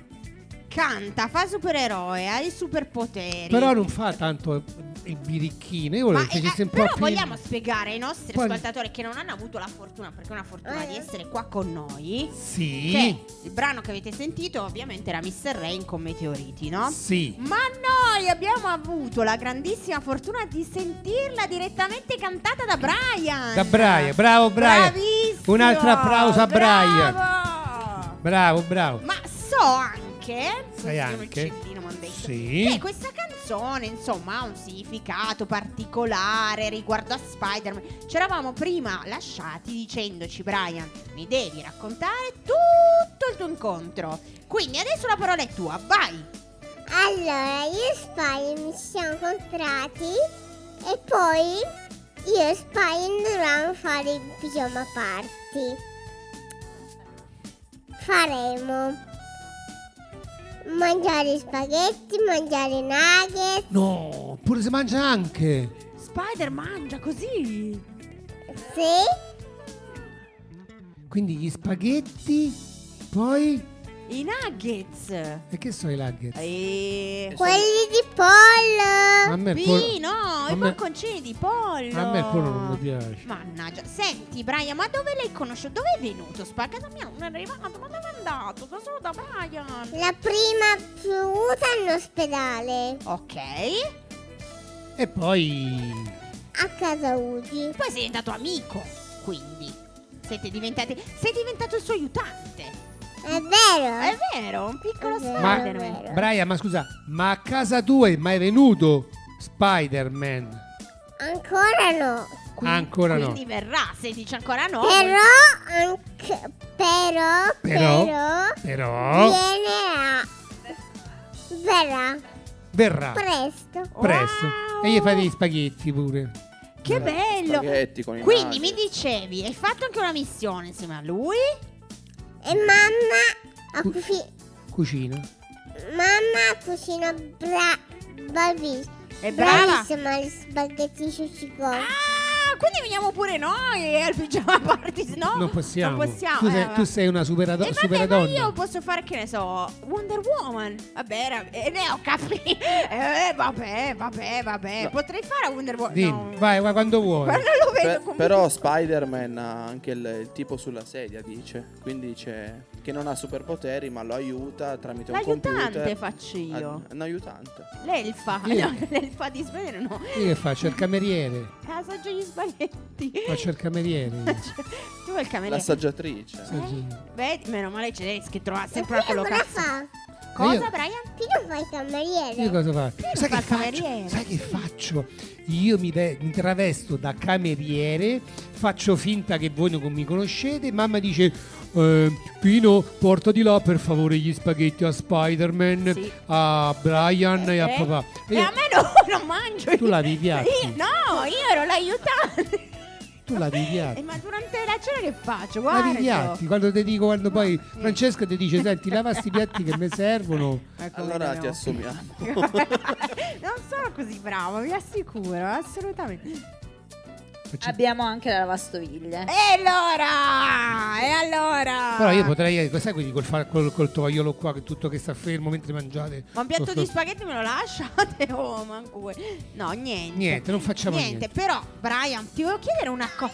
Speaker 3: canta, fa supereroe, ha i superpoteri.
Speaker 2: però non fa tanto il birichino. Io
Speaker 3: Ma,
Speaker 2: volevo che
Speaker 3: eh,
Speaker 2: facesse un po'
Speaker 3: però
Speaker 2: più.
Speaker 3: vogliamo spiegare ai nostri
Speaker 2: Poi-
Speaker 3: ascoltatori che non hanno avuto la fortuna, perché è una fortuna di essere qua con noi,
Speaker 2: Sì,
Speaker 3: che il brano che avete sentito ovviamente era Mr. Rain con Meteoriti, no?
Speaker 2: sì.
Speaker 3: Ma noi abbiamo avuto la grandissima fortuna di sentirla direttamente cantata da Brian.
Speaker 2: Da Braia, bravo Braia.
Speaker 3: Bravissimo.
Speaker 2: Un altro applauso a Brian.
Speaker 3: Bravo.
Speaker 2: Bravo, bravo.
Speaker 3: Ma so anche,
Speaker 2: Sai
Speaker 3: così come il
Speaker 2: anche?
Speaker 3: cellino mi han detto,
Speaker 2: Sì.
Speaker 3: che questa canzone, insomma, ha un significato particolare riguardo a Spider-Man. C'eravamo prima lasciati dicendoci, Brian, mi devi raccontare tutto il tuo incontro. Quindi adesso la parola è tua, vai.
Speaker 4: Allora, io e Spine ci siamo incontrati e poi io e Spine dovevamo fare il pigiama party. Faremo mangiare spaghetti, mangiare nuggets,
Speaker 2: No, pure si mangia anche.
Speaker 3: Spider mangia così.
Speaker 4: sì,
Speaker 2: Quindi gli spaghetti, poi...
Speaker 3: I nuggets.
Speaker 2: E che sono i nuggets?
Speaker 3: E...
Speaker 4: quelli di pollo.
Speaker 2: A me il
Speaker 3: Eh, Sì,
Speaker 2: pollo-
Speaker 3: no,
Speaker 2: a
Speaker 3: i
Speaker 2: me-
Speaker 3: bocconcini di pollo.
Speaker 2: a me il pollo non mi piace.
Speaker 3: Mannaggia, senti Brian, ma dove l'hai conosciuto? Dove è venuto? Spagata mia, non è arrivato, ma dove è andato? Da solo da Brian.
Speaker 4: La prima piovuta all'ospedale,
Speaker 3: Ok,
Speaker 2: E poi...
Speaker 4: a casa Ugi.
Speaker 3: poi sei diventato amico, quindi siete diventati, sei diventato il suo aiutante.
Speaker 4: È vero?
Speaker 3: È vero, un piccolo
Speaker 4: È vero,
Speaker 2: Ma-
Speaker 4: è
Speaker 3: Spider-Man.
Speaker 4: vero.
Speaker 2: Brian, ma scusa, ma a casa tua è mai venuto Spider-Man?
Speaker 4: Ancora no.
Speaker 3: Quindi-
Speaker 2: Ancora no.
Speaker 3: quindi verrà, se dice ancora no.
Speaker 1: Eh,
Speaker 4: Però, anche, però,
Speaker 2: Però-
Speaker 4: però,
Speaker 2: Però
Speaker 4: viene verrà
Speaker 2: verrà
Speaker 4: presto.
Speaker 2: Ah. presto.
Speaker 3: Wow!
Speaker 2: E gli fai degli spaghetti pure.
Speaker 1: eh,
Speaker 3: Che
Speaker 2: Vabbè.
Speaker 3: bello.
Speaker 1: Spaghetti con i
Speaker 3: Quindi mi
Speaker 1: nuggets.
Speaker 3: dicevi, hai fatto anche una missione insieme a lui?
Speaker 4: E mamma ha, cuci-
Speaker 2: Cucina.
Speaker 4: mamma ha cucinato bra- bravi-
Speaker 3: È brava.
Speaker 4: bravissima gli spaghetti sciuscicò.
Speaker 3: Ah, quindi veniamo pure noi al pigiama party, no?
Speaker 2: non possiamo.
Speaker 3: Non possiamo.
Speaker 2: Tu
Speaker 3: eh,
Speaker 2: sei,
Speaker 3: vabbè.
Speaker 2: tu sei una supera,
Speaker 3: e vabbè, ma
Speaker 2: donna.
Speaker 3: io posso fare che ne so, Wonder Woman. Vabbè, era- eh, ne ho capito. Eh, vabbè, vabbè, vabbè.
Speaker 1: No.
Speaker 3: Potrei fare Wonder Woman.
Speaker 2: Dimmi,
Speaker 3: No.
Speaker 2: vai, vai quando vuoi.
Speaker 3: Guarda, lo vedo
Speaker 1: Per-
Speaker 3: come-
Speaker 1: però Spider-Man ha anche il, il tipo sulla sedia, dice. Quindi dice che non ha superpoteri, ma lo aiuta tramite un
Speaker 3: L'aiutante
Speaker 1: computer. Ah,
Speaker 3: faccio
Speaker 1: Ad-
Speaker 3: io.
Speaker 1: Un aiutante.
Speaker 3: L'elfa.
Speaker 2: Io.
Speaker 3: No, l'elfa di Spider no.
Speaker 2: Io che faccio? Il cameriere.
Speaker 3: Assaggio gli spaghetti.
Speaker 2: Faccio il cameriere. io.
Speaker 3: tu vuoi il cameriere.
Speaker 1: L'assaggiatrice.
Speaker 2: Sì.
Speaker 3: Vedi, meno male c'è che trova
Speaker 4: E
Speaker 3: sempre la
Speaker 4: Pino cosa
Speaker 3: collocazione.
Speaker 4: fa?
Speaker 3: Cosa,
Speaker 2: Io-
Speaker 3: Brian?
Speaker 4: Pino fa il cameriere.
Speaker 2: Io cosa faccio? Sai
Speaker 3: fa
Speaker 2: che
Speaker 3: il
Speaker 2: faccio?
Speaker 3: cameriere.
Speaker 2: Sai che faccio? Io mi, ve- mi travesto da cameriere, faccio finta che voi non mi conoscete, mamma dice eh, Pino porta di là per favore gli spaghetti a Spider-Man,
Speaker 3: Sì.
Speaker 2: a Brian e a
Speaker 3: Eh?
Speaker 2: papà.
Speaker 3: E
Speaker 2: Io-
Speaker 3: a me no, non mangio.
Speaker 2: Tu lavi i piatti?
Speaker 3: Io- no, io ero l'aiutante.
Speaker 2: tu lavi i piatti.
Speaker 3: Eh, ma durante la cena che faccio?
Speaker 2: Ah. Lavi i
Speaker 3: Guarda.
Speaker 2: piatti, quando ti dico, quando poi
Speaker 3: sì.
Speaker 2: Francesca ti dice senti lava sti piatti che mi servono.
Speaker 3: Ecco,
Speaker 1: Allora
Speaker 3: vedi,
Speaker 1: ti
Speaker 3: no.
Speaker 1: assumiamo.
Speaker 3: non sono così brava, vi assicuro, assolutamente.
Speaker 2: Faccio-
Speaker 7: Abbiamo anche la lavastoviglie.
Speaker 3: E allora? E allora?
Speaker 2: Però io potrei, eh, sai quelli col, fa- col, col tovagliolo qua che tutto che sta fermo mentre mangiate.
Speaker 3: Ma un piatto
Speaker 2: Lo sto-
Speaker 3: di spaghetti me lo lasciate? Oh, manco voi. No, niente.
Speaker 2: Niente, non facciamo niente.
Speaker 3: Niente, però, Brian, ti volevo chiedere una cosa.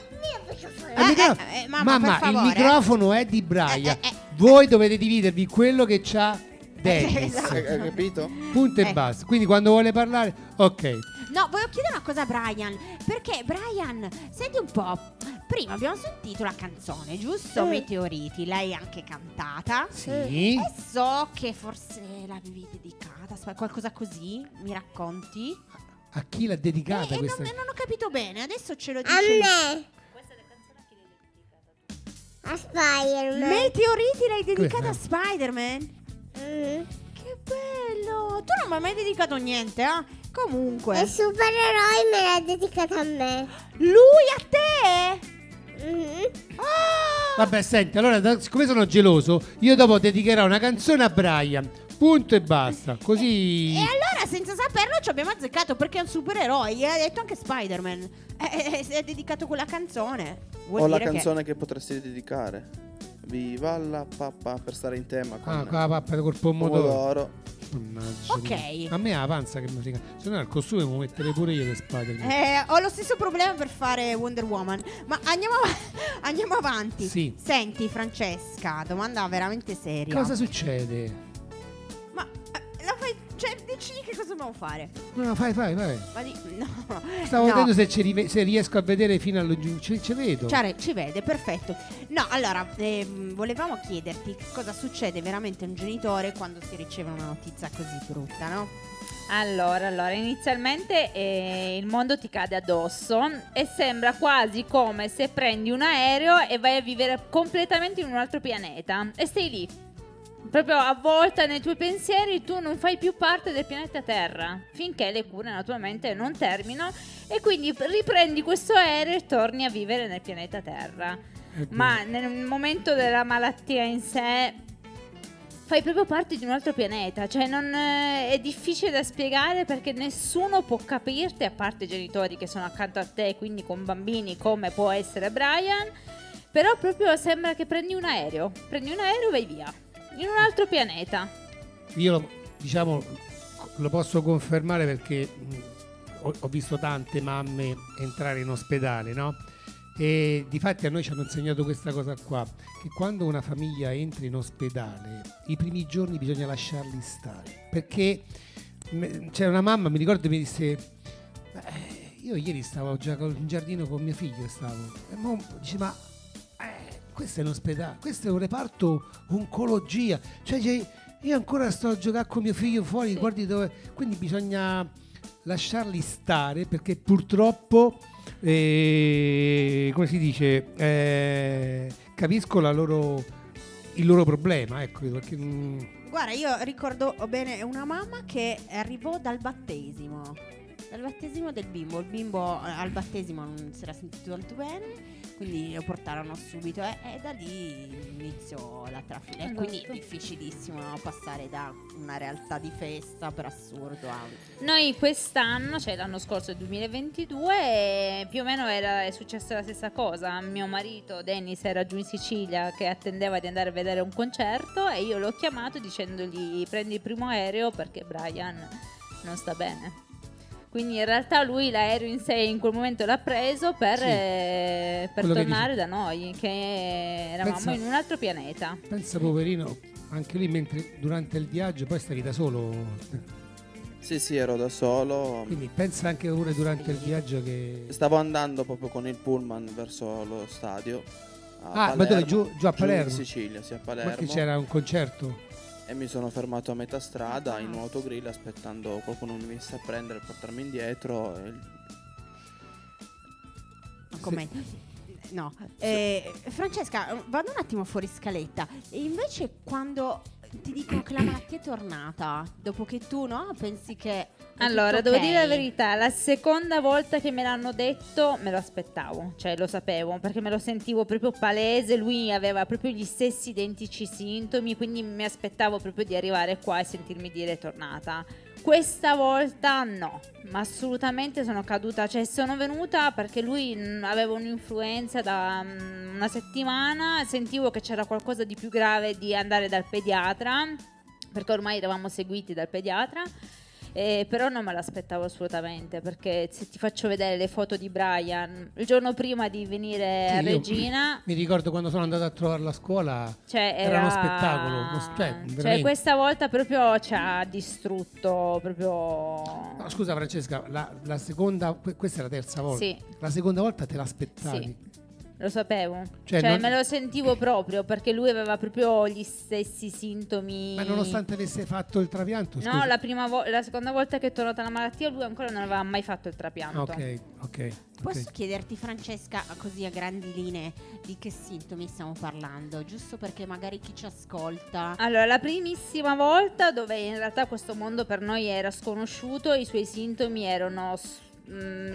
Speaker 2: Al
Speaker 3: Eh,
Speaker 2: micro-
Speaker 3: eh, eh, mamma, per favore,
Speaker 2: il microfono è di Braia.
Speaker 3: Eh, eh, eh.
Speaker 2: Voi dovete dividervi quello che c'ha Dennis.
Speaker 3: esatto.
Speaker 1: Eh, Hai hai capito?
Speaker 2: Punto e
Speaker 3: Eh.
Speaker 2: basta. Quindi quando vuole parlare, ok.
Speaker 3: No, volevo chiedere una cosa a Brian. Perché, Brian, senti un po'. prima abbiamo sentito la canzone, giusto?
Speaker 4: Mm.
Speaker 3: Meteoriti, l'hai anche cantata.
Speaker 2: Eh. Sì.
Speaker 3: E so che forse l'avevi dedicata, aspetta, qualcosa così, mi racconti?
Speaker 2: A chi l'ha dedicata
Speaker 3: Eh, eh,
Speaker 2: questa?
Speaker 3: non, eh, non ho capito bene, adesso ce lo dici.
Speaker 4: A me. A Spider-Man.
Speaker 3: Meteoriti l'hai dedicata a
Speaker 1: eh.
Speaker 2: Questa.
Speaker 3: Spider-Man?
Speaker 4: Mm.
Speaker 3: Che bello! Tu non mi hai mai dedicato niente, eh?
Speaker 4: E
Speaker 3: Comunque,
Speaker 4: il supereroe me l'ha dedicata a me.
Speaker 3: lui a te!
Speaker 4: Mm.
Speaker 3: Ah!
Speaker 2: Vabbè, senti, allora, da- siccome sono geloso, io dopo dedicherò una canzone a Brian. Punto e basta. Così.
Speaker 3: E allora, senza saperlo, ci abbiamo azzeccato perché è un supereroe. E ha detto anche Spider-Man. Eh, eh, si è dedicato quella canzone. Vuol
Speaker 1: Ho la
Speaker 3: dire che-
Speaker 1: canzone che... potresti dedicare. Viva la pappa per stare in tema con
Speaker 2: Ah, con la pappa col pomodoro.
Speaker 1: pomodoro.
Speaker 2: Mannaggia.
Speaker 3: Ok.
Speaker 2: A me è la panza che mi frega. Se no, il costume mi mettere pure io le spade.
Speaker 3: Eh, ho lo stesso problema per fare Wonder Woman. Ma andiamo, av- andiamo avanti.
Speaker 2: Sì.
Speaker 3: Senti, Francesca, domanda veramente seria.
Speaker 2: Cosa succede?
Speaker 3: Ma eh, la fai. Cioè, decidi che cosa dobbiamo fare.
Speaker 2: No, fai, fai, fai.
Speaker 3: Ma di- no.
Speaker 2: Stavo
Speaker 3: no.
Speaker 2: vedendo se, ci rive- se riesco a vedere fino allo giù. Ci, ci vedo.
Speaker 3: Ciare, ci vede, perfetto. No, allora, ehm, volevamo chiederti che cosa succede veramente a un genitore quando si riceve una notizia così brutta, no?
Speaker 7: Allora, allora, inizialmente eh, il mondo ti cade addosso e sembra quasi come se prendi un aereo e vai a vivere completamente in un altro pianeta e stai lì, proprio avvolta nei tuoi pensieri, tu non fai più parte del pianeta Terra, finché le cure naturalmente non terminano e quindi riprendi questo aereo e torni a vivere nel pianeta Terra.
Speaker 2: Eh,
Speaker 7: Ma nel momento della malattia in sé fai proprio parte di un altro pianeta, cioè non eh, è difficile da spiegare perché nessuno può capirti a parte i genitori che sono accanto a te, quindi con bambini come può essere Brian, però proprio sembra che prendi un aereo, prendi un aereo e vai via in un altro pianeta.
Speaker 2: Io lo- diciamo lo posso confermare perché mh, ho, ho visto tante mamme entrare in ospedale, no? E di fatti a noi ci hanno insegnato questa cosa qua, che quando una famiglia entra in ospedale, i primi giorni bisogna lasciarli stare, perché mh, c'era una mamma, mi ricordo, mi disse, "Eh, io ieri stavo già col- in giardino con mio figlio, stavo, e mo dice, ma eh, questo è un ospedale, questo è un reparto oncologia, cioè c'è- io ancora sto a giocare con mio figlio fuori, guardi dove... Quindi bisogna lasciarli stare perché purtroppo, eh, come si dice, eh, capisco la loro, il loro problema, ecco, perché, mm,
Speaker 3: Guarda, io ricordo bene una mamma che arrivò dal battesimo. Dal battesimo del bimbo. Il bimbo eh, al battesimo non si era sentito tanto bene, quindi lo portarono subito eh, e, da lì iniziò la trafila. E Quindi è
Speaker 7: Esatto.
Speaker 3: difficilissimo no, passare da una realtà di festa per assurdo a...
Speaker 7: Noi quest'anno, cioè l'anno scorso, il 2022, eh, più o meno era, è successa la stessa cosa. Mio marito Dennis era giù in Sicilia che attendeva di andare a vedere un concerto e io l'ho chiamato dicendogli prendi il primo aereo perché Brian non sta bene. Quindi in realtà lui l'aereo in sé in quel momento l'ha preso per,
Speaker 2: Sì.
Speaker 7: eh, per
Speaker 2: Quello che
Speaker 7: tornare da noi, che eravamo
Speaker 2: Pensa-
Speaker 7: in un altro pianeta.
Speaker 2: pensa poverino, anche lui mentre durante il viaggio poi stavi da solo.
Speaker 1: Sì, sì, ero da solo.
Speaker 2: Quindi pensa anche pure durante il viaggio che...
Speaker 1: Stavo andando proprio con il pullman verso lo stadio.
Speaker 2: Ah, ma dove? Giù- giù a Palermo?
Speaker 1: in Sicilia, sì, a
Speaker 2: Ma che
Speaker 1: Palermo.
Speaker 2: c'era un concerto?
Speaker 1: E mi sono fermato a metà strada in un
Speaker 3: Ah.
Speaker 1: autogrill aspettando qualcuno mi venisse a prendere e portarmi indietro. E
Speaker 3: a commenti. No. Eh, Francesca, vado un attimo fuori scaletta. E invece quando ti dicono che la malattia è tornata, dopo che tu no, pensi che... è
Speaker 7: Allora,
Speaker 3: tutto
Speaker 7: devo
Speaker 3: ok.
Speaker 7: dire la verità, la seconda volta che me l'hanno detto me lo aspettavo, cioè lo sapevo, perché me lo sentivo proprio palese, lui aveva proprio gli stessi identici sintomi, quindi mi aspettavo proprio di arrivare qua e sentirmi dire tornata. Questa volta no, ma assolutamente sono caduta, cioè sono venuta perché lui mh, aveva un'influenza da mh, una settimana, sentivo che c'era qualcosa di più grave di andare dal pediatra, perché ormai eravamo seguiti dal pediatra. Eh, però non me l'aspettavo assolutamente perché se ti faccio vedere le foto di Brian il giorno prima di venire
Speaker 2: Sì,
Speaker 7: a
Speaker 2: io-
Speaker 7: Regina
Speaker 2: Mi ricordo quando sono andato a trovarla a scuola.
Speaker 7: cioè,
Speaker 2: Era uno spettacolo, uno spe-
Speaker 7: cioè,
Speaker 2: veramente.
Speaker 7: questa volta proprio ci ha distrutto proprio
Speaker 2: No, scusa Francesca, la, la seconda, que- questa è la terza volta.
Speaker 7: Sì.
Speaker 2: La seconda volta te l'aspettavi.
Speaker 7: Sì. Lo sapevo.
Speaker 2: Cioè,
Speaker 7: Cioè,
Speaker 2: non-
Speaker 7: me lo sentivo proprio perché lui aveva proprio gli stessi sintomi.
Speaker 2: Ma nonostante avesse fatto il trapianto, scusa.
Speaker 7: No, la, prima vo- la seconda volta che è tornata la malattia lui ancora non aveva mai fatto il trapianto.
Speaker 2: Ok, ok.
Speaker 3: Posso
Speaker 2: ok.
Speaker 3: chiederti, Francesca, così a grandi linee, di che sintomi stiamo parlando? Giusto perché magari chi ci ascolta.
Speaker 7: Allora, la primissima volta dove in realtà questo mondo per noi era sconosciuto, i suoi sintomi erano s- mh,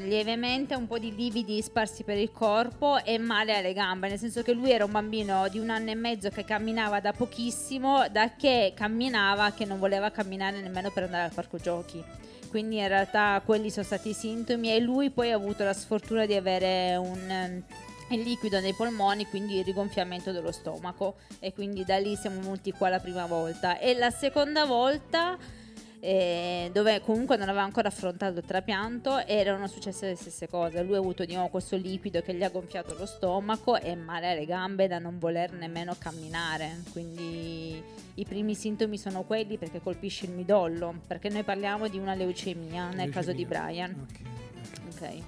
Speaker 7: lievemente un po' di lividi sparsi per il corpo e male alle gambe, nel senso che lui era un bambino di un anno e mezzo che camminava da pochissimo, da che camminava che non voleva camminare nemmeno per andare al parco giochi. Quindi in realtà quelli sono stati i sintomi e lui poi ha avuto la sfortuna di avere un ehm, il liquido nei polmoni, quindi il rigonfiamento dello stomaco e quindi da lì siamo venuti qua la prima volta e la seconda volta eh, dove comunque non aveva ancora affrontato il trapianto erano successe le stesse cose lui ha avuto di nuovo questo liquido che gli ha gonfiato lo stomaco e male alle gambe da non voler nemmeno camminare quindi i primi sintomi sono quelli perché colpisce il midollo perché noi parliamo di una leucemia nel caso di
Speaker 2: Leucemia.
Speaker 7: Brian
Speaker 2: Ok, ok.
Speaker 7: ok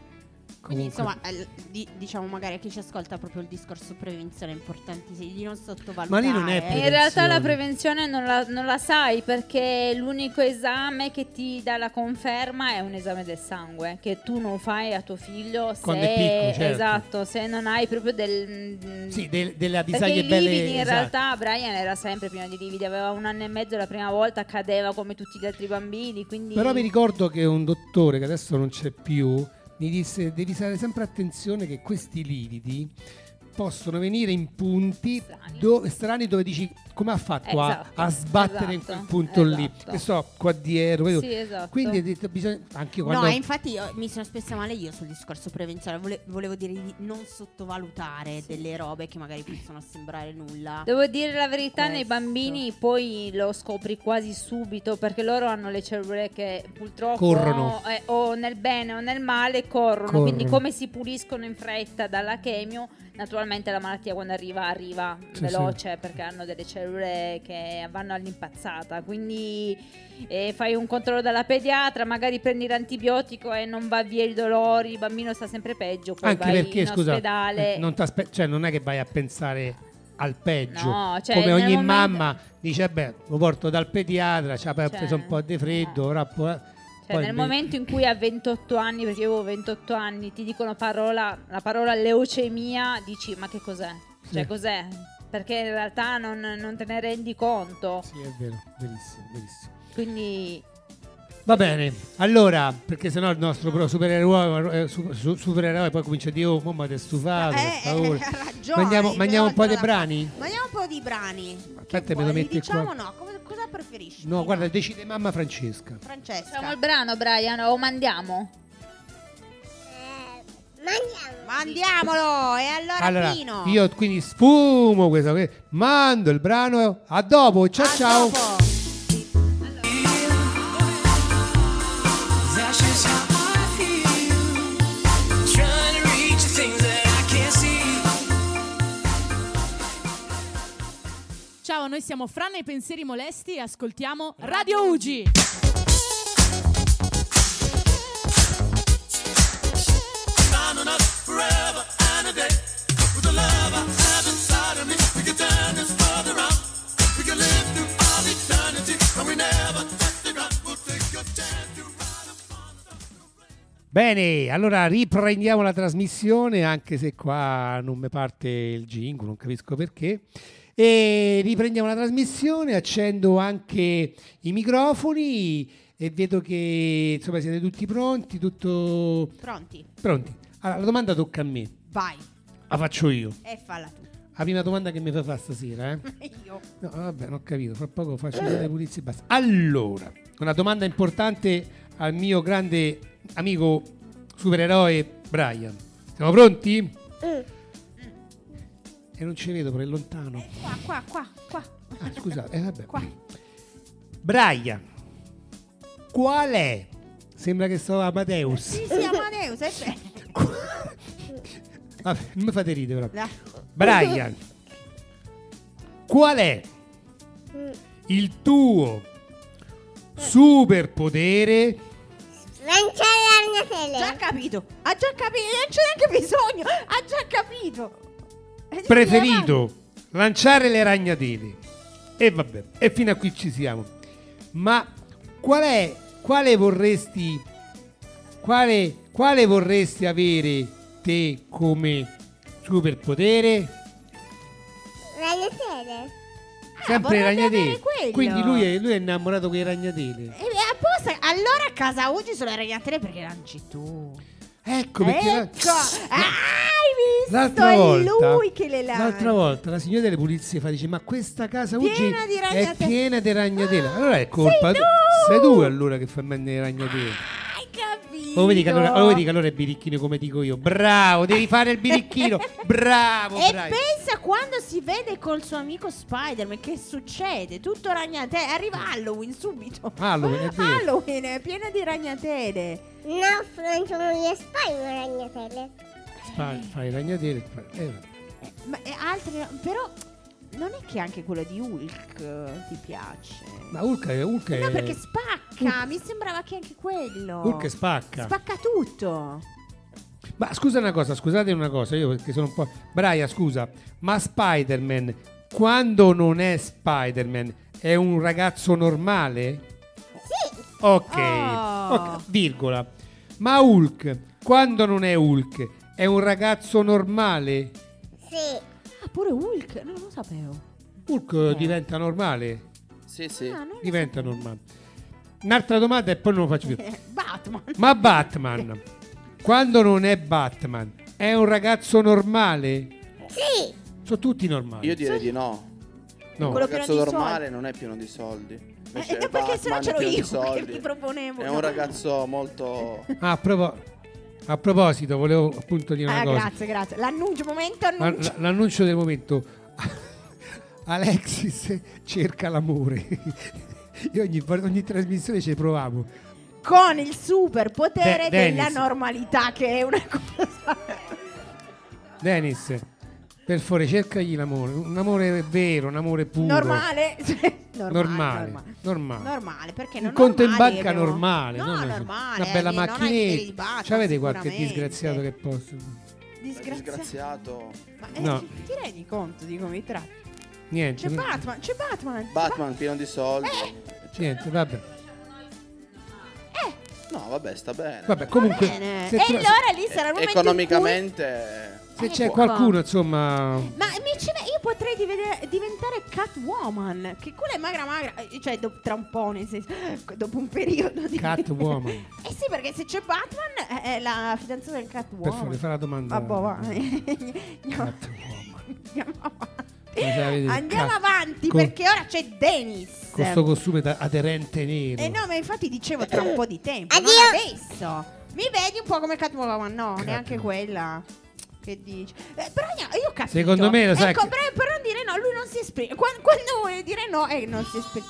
Speaker 7: Ah,
Speaker 3: Quindi
Speaker 2: Comunque-
Speaker 3: insomma, eh, l- di- diciamo magari a chi ci ascolta proprio il discorso prevenzione è importante sì, di non sottovalutare.
Speaker 2: Ma lì non è
Speaker 7: In realtà
Speaker 2: prevenzione.
Speaker 7: la prevenzione non la, non la sai perché l'unico esame che ti dà la conferma è un esame del sangue che tu non fai a tuo figlio se,
Speaker 2: Quando è piccolo, certo.
Speaker 7: esatto, se non hai proprio del...
Speaker 2: Sì, del- della
Speaker 7: perché
Speaker 2: disaglie
Speaker 7: i
Speaker 2: belle.
Speaker 7: lividi in
Speaker 2: esatto.
Speaker 7: realtà Brian era sempre pieno di lividi, aveva un anno e mezzo la prima volta, cadeva come tutti gli altri bambini, quindi...
Speaker 2: Però mi ricordo che un dottore che adesso non c'è più mi disse devi fare sempre attenzione che questi lividi possono venire in punti
Speaker 7: Strani.
Speaker 2: do- strani dove dici come ha fatto a-
Speaker 7: Esatto,
Speaker 2: a, sbattere in
Speaker 7: esatto,
Speaker 2: quel punto lì.
Speaker 7: esatto.
Speaker 2: Che so, qua dietro. vedo-
Speaker 7: Sì, esatto.
Speaker 2: Quindi ho detto, bisogna, anche io
Speaker 3: No,
Speaker 2: quando...
Speaker 3: eh, infatti io mi sono spessa male io sul discorso prevenzione. Vole- volevo dire di non sottovalutare delle robe che magari possono sembrare nulla.
Speaker 7: Devo dire la verità, nei
Speaker 3: Questo.
Speaker 7: bambini poi lo scopri quasi subito perché loro hanno le cellule che purtroppo
Speaker 2: Corrono.
Speaker 7: eh, o nel bene o nel male corrono,
Speaker 2: Corrono.
Speaker 7: quindi come si puliscono in fretta dalla chemio, naturalmente la malattia quando arriva arriva
Speaker 2: Sì,
Speaker 7: veloce perché hanno delle cellule che vanno all'impazzata, quindi eh, fai un controllo dalla pediatra, magari prendi l'antibiotico e non va via i dolori, il bambino sta sempre peggio, poi
Speaker 2: anche
Speaker 7: vai
Speaker 2: perché,
Speaker 7: in
Speaker 2: scusa,
Speaker 7: ospedale.
Speaker 2: eh, non, t'aspe- cioè, non è che vai a pensare al peggio.
Speaker 7: No, cioè,
Speaker 2: Come
Speaker 7: nel
Speaker 2: ogni
Speaker 7: momento-
Speaker 2: mamma dice, beh, lo porto dal pediatra, ci ha
Speaker 7: Cioè,
Speaker 2: preso un po' di freddo,
Speaker 7: no.
Speaker 2: ora può-
Speaker 7: Cioè,
Speaker 2: poi
Speaker 7: nel
Speaker 2: invece-
Speaker 7: momento in cui a 28 anni, perché io avevo 28 anni, ti dicono parola- la parola leucemia, dici ma che cos'è? Cioè
Speaker 2: Sì.
Speaker 7: cos'è? Perché in realtà non, non te ne rendi conto.
Speaker 2: Sì, è vero, verissimo, verissimo.
Speaker 7: Quindi
Speaker 2: Va bene, allora, perché sennò il nostro pro- supereroe, eh, su- su- supereroe poi comincia a dire, oh, mamma, ti è stufato, per
Speaker 3: Eh,
Speaker 2: favore."
Speaker 3: eh, ha ragione.
Speaker 2: Mandiamo,
Speaker 3: però
Speaker 2: mandiamo un po'
Speaker 3: te
Speaker 2: di
Speaker 3: la-
Speaker 2: brani?
Speaker 3: Mandiamo un po' di brani.
Speaker 2: Aspetta,
Speaker 3: Aspetta,
Speaker 2: me lo metti qua.
Speaker 3: diciamo no, come- cosa preferisci?
Speaker 2: No, guarda, decide mamma Francesca.
Speaker 3: Francesca.
Speaker 7: facciamo il brano, Brian, o mandiamo?
Speaker 4: Eh, mandiamo.
Speaker 3: Mandiamolo! E allora,
Speaker 2: Allora,
Speaker 3: Pino.
Speaker 2: io quindi sfumo questo, que- mando il brano, a dopo, ciao
Speaker 3: A
Speaker 2: ciao.
Speaker 3: dopo.
Speaker 6: That's just how I feel. Trying to reach the things that I can't see.
Speaker 11: Ciao, noi siamo Fran e i pensieri molesti e ascoltiamo Radio Ugi.
Speaker 2: Bene, allora riprendiamo la trasmissione, anche se qua non mi parte il jingle, non capisco perché. E riprendiamo la trasmissione, accendo anche i microfoni e vedo che insomma siete tutti pronti, tutto
Speaker 3: Pronti?
Speaker 2: pronti. Allora, la domanda tocca a me,
Speaker 3: Vai.
Speaker 2: la faccio io.
Speaker 3: E falla tu.
Speaker 2: La prima domanda che mi fai fare stasera, eh?
Speaker 3: Io.
Speaker 2: No, vabbè, non ho capito, fra poco faccio le pulizie e basta. Allora, una domanda importante al mio grande amico supereroe Brian. Siamo pronti?
Speaker 3: Mm.
Speaker 2: E non ci vedo, però è lontano.
Speaker 3: Eh, Qua, qua, qua, qua.
Speaker 2: Ah, scusate, eh, vabbè.
Speaker 3: Qua.
Speaker 2: Brian, qual è? Sembra che so Amadeus.
Speaker 3: Sì, sì, Amadeus, è bello.
Speaker 2: Vabbè, non mi fate ridere però.
Speaker 3: Dai.
Speaker 2: Brian, qual è
Speaker 3: Mm.
Speaker 2: il tuo superpotere?
Speaker 4: Lanciare la mia tele.
Speaker 3: Già capito, ha già capito, non c'è neanche bisogno, ha già capito.
Speaker 2: preferito lanciare le ragnatele. E vabbè, e fino a qui ci siamo. Ma qual è, quale vorresti, quale, quale vorresti avere te come superpotere?
Speaker 4: Voglio vedere.
Speaker 2: Sempre i
Speaker 3: Ah, vorrebbe
Speaker 2: ragnatele.
Speaker 3: avere quello.
Speaker 2: Quindi lui è, lui è innamorato con i ragnatele.
Speaker 3: E- e apposta- allora a casa oggi sono le ragnatele perché lanci tu.
Speaker 2: Ecco perché la-
Speaker 3: Ecco. Ah, hai visto?
Speaker 2: l'altra
Speaker 3: È
Speaker 2: volta,
Speaker 3: lui che le lancia.
Speaker 2: l'altra volta la signora delle pulizie fa dice ma questa casa
Speaker 3: Piena
Speaker 2: oggi
Speaker 3: di
Speaker 2: è
Speaker 3: ragnatele." Ah,
Speaker 2: piena di ragnatele. Allora è colpa
Speaker 3: sei
Speaker 2: tu-
Speaker 3: tu!
Speaker 2: sei tu allora che fa male i ragnatele.
Speaker 3: Hai capito?
Speaker 2: Oh, vedi che allora, oh, vedi che allora è birichino come dico io. Bravo, devi fare il birichino. Bravo,
Speaker 3: e
Speaker 2: bravo.
Speaker 3: pensa quando si vede col suo amico Spider-Man che succede? Tutto ragnatele. Arriva Halloween subito.
Speaker 2: Halloween, è vero.
Speaker 3: Halloween è piena di ragnatele.
Speaker 4: No, non sono gli Spider-Man ragnatele.
Speaker 2: Fai, fai i ragnatele. fai- eh, vabbè.
Speaker 3: Ma e altri no- però non è che anche quello di Hulk eh, ti piace.
Speaker 2: ma Urca è... Urca è-
Speaker 3: No, perché spacca, mi sembrava che anche quello.
Speaker 2: Eh, Hulk spacca.
Speaker 3: Spacca tutto.
Speaker 2: Ma scusa una cosa, scusate una cosa, io perché sono un po'. Braia, scusa, ma Spider-Man, quando non è Spider-Man, è un ragazzo normale? Sì. Ok,
Speaker 3: Oh.
Speaker 2: ok, virgola. Ma Hulk, quando non è Hulk, è un ragazzo normale?
Speaker 4: Sì.
Speaker 3: Ah, pure Hulk, no, non lo sapevo.
Speaker 2: Hulk diventa normale?
Speaker 1: Sì, sì.
Speaker 3: Ah, no.
Speaker 2: Diventa normale. Un'altra domanda e poi non lo faccio più.
Speaker 3: Batman.
Speaker 2: Ma Batman, quando non è Batman, è un ragazzo normale?
Speaker 4: Sì.
Speaker 2: Sono tutti normali.
Speaker 1: Io direi di no.
Speaker 2: No.
Speaker 1: Un
Speaker 2: Quello
Speaker 1: ragazzo
Speaker 2: pieno di
Speaker 1: normale non è pieno di soldi. Invece
Speaker 3: Eh, no, perché se no
Speaker 1: Batman
Speaker 3: c'ero
Speaker 1: è pieno di
Speaker 3: io che
Speaker 1: soldi.
Speaker 3: vi proponevo.
Speaker 1: È un ragazzo molto...
Speaker 2: Ah, a, propo- a proposito, volevo appunto dire una
Speaker 3: Ah,
Speaker 2: cosa.
Speaker 3: grazie, grazie. L'annuncio, momento
Speaker 2: Ma-
Speaker 3: annuncio.
Speaker 2: l- L'annuncio del momento. Alexis cerca l'amore. Io ogni, ogni trasmissione ci proviamo.
Speaker 3: Con il superpotere
Speaker 2: De- Dennis.
Speaker 3: della normalità, che è una cosa.
Speaker 2: Dennis, per favore, cercagli l'amore. Un amore vero, un amore puro.
Speaker 3: Normale. normale,
Speaker 2: Normale, normale.
Speaker 3: Normale, perché non
Speaker 2: Un conto in
Speaker 3: normali
Speaker 2: banca
Speaker 3: abbiamo-
Speaker 2: normale,
Speaker 3: No,
Speaker 2: non una-
Speaker 3: normale,
Speaker 2: una bella
Speaker 3: eh, non ai piedi di
Speaker 2: macchinetta.
Speaker 3: Batman,
Speaker 2: C'avete qualche
Speaker 3: sicuramente.
Speaker 2: disgraziato che possa?
Speaker 1: Disgraziato.
Speaker 3: Ma eh,
Speaker 2: No.
Speaker 3: ti- ti rendi conto di come mi tratti?
Speaker 2: Niente,
Speaker 3: C'è
Speaker 2: no-
Speaker 3: Batman, c'è Batman.
Speaker 1: Batman pieno di soldi.
Speaker 3: Eh.
Speaker 2: niente, vabbè.
Speaker 1: No, vabbè, sta bene.
Speaker 2: Vabbè, comunque,
Speaker 3: Bene.
Speaker 2: se
Speaker 3: E
Speaker 2: tra-
Speaker 3: allora lì sarà il
Speaker 1: E-
Speaker 3: momento
Speaker 1: Economicamente...
Speaker 2: se c'è
Speaker 3: Ecco.
Speaker 2: qualcuno, insomma,
Speaker 3: in cui- Ma mi ci ve- io potrei divede- diventare Catwoman, che quella è magra magra, eh, cioè do- tra un po', nel senso, dopo un periodo di...
Speaker 2: Catwoman.
Speaker 3: Eh sì, perché se c'è Batman eh, è la fidanzata del
Speaker 2: Per favore,
Speaker 3: Catwoman.
Speaker 2: fa la domanda.
Speaker 3: Ah, boh, va. Andiamo andiamo
Speaker 2: Ma se la vedi-
Speaker 3: avanti. Andiamo
Speaker 2: ca-
Speaker 3: avanti
Speaker 2: con-
Speaker 3: perché ora c'è Dennis.
Speaker 2: Con sto costume da aderente nero.
Speaker 3: Eh no, ma infatti dicevo tra un po' di tempo.
Speaker 4: Addio.
Speaker 3: Non adesso. Mi vedi un po' come Catwoman? No, neanche quella. Che dici? Eh, però io, io ho capito.
Speaker 2: Secondo me lo sai
Speaker 3: Ecco,
Speaker 2: che-
Speaker 3: però, però dire no, lui non si esprime. Qua- Quando, vuole dire no, eh, non si esprime.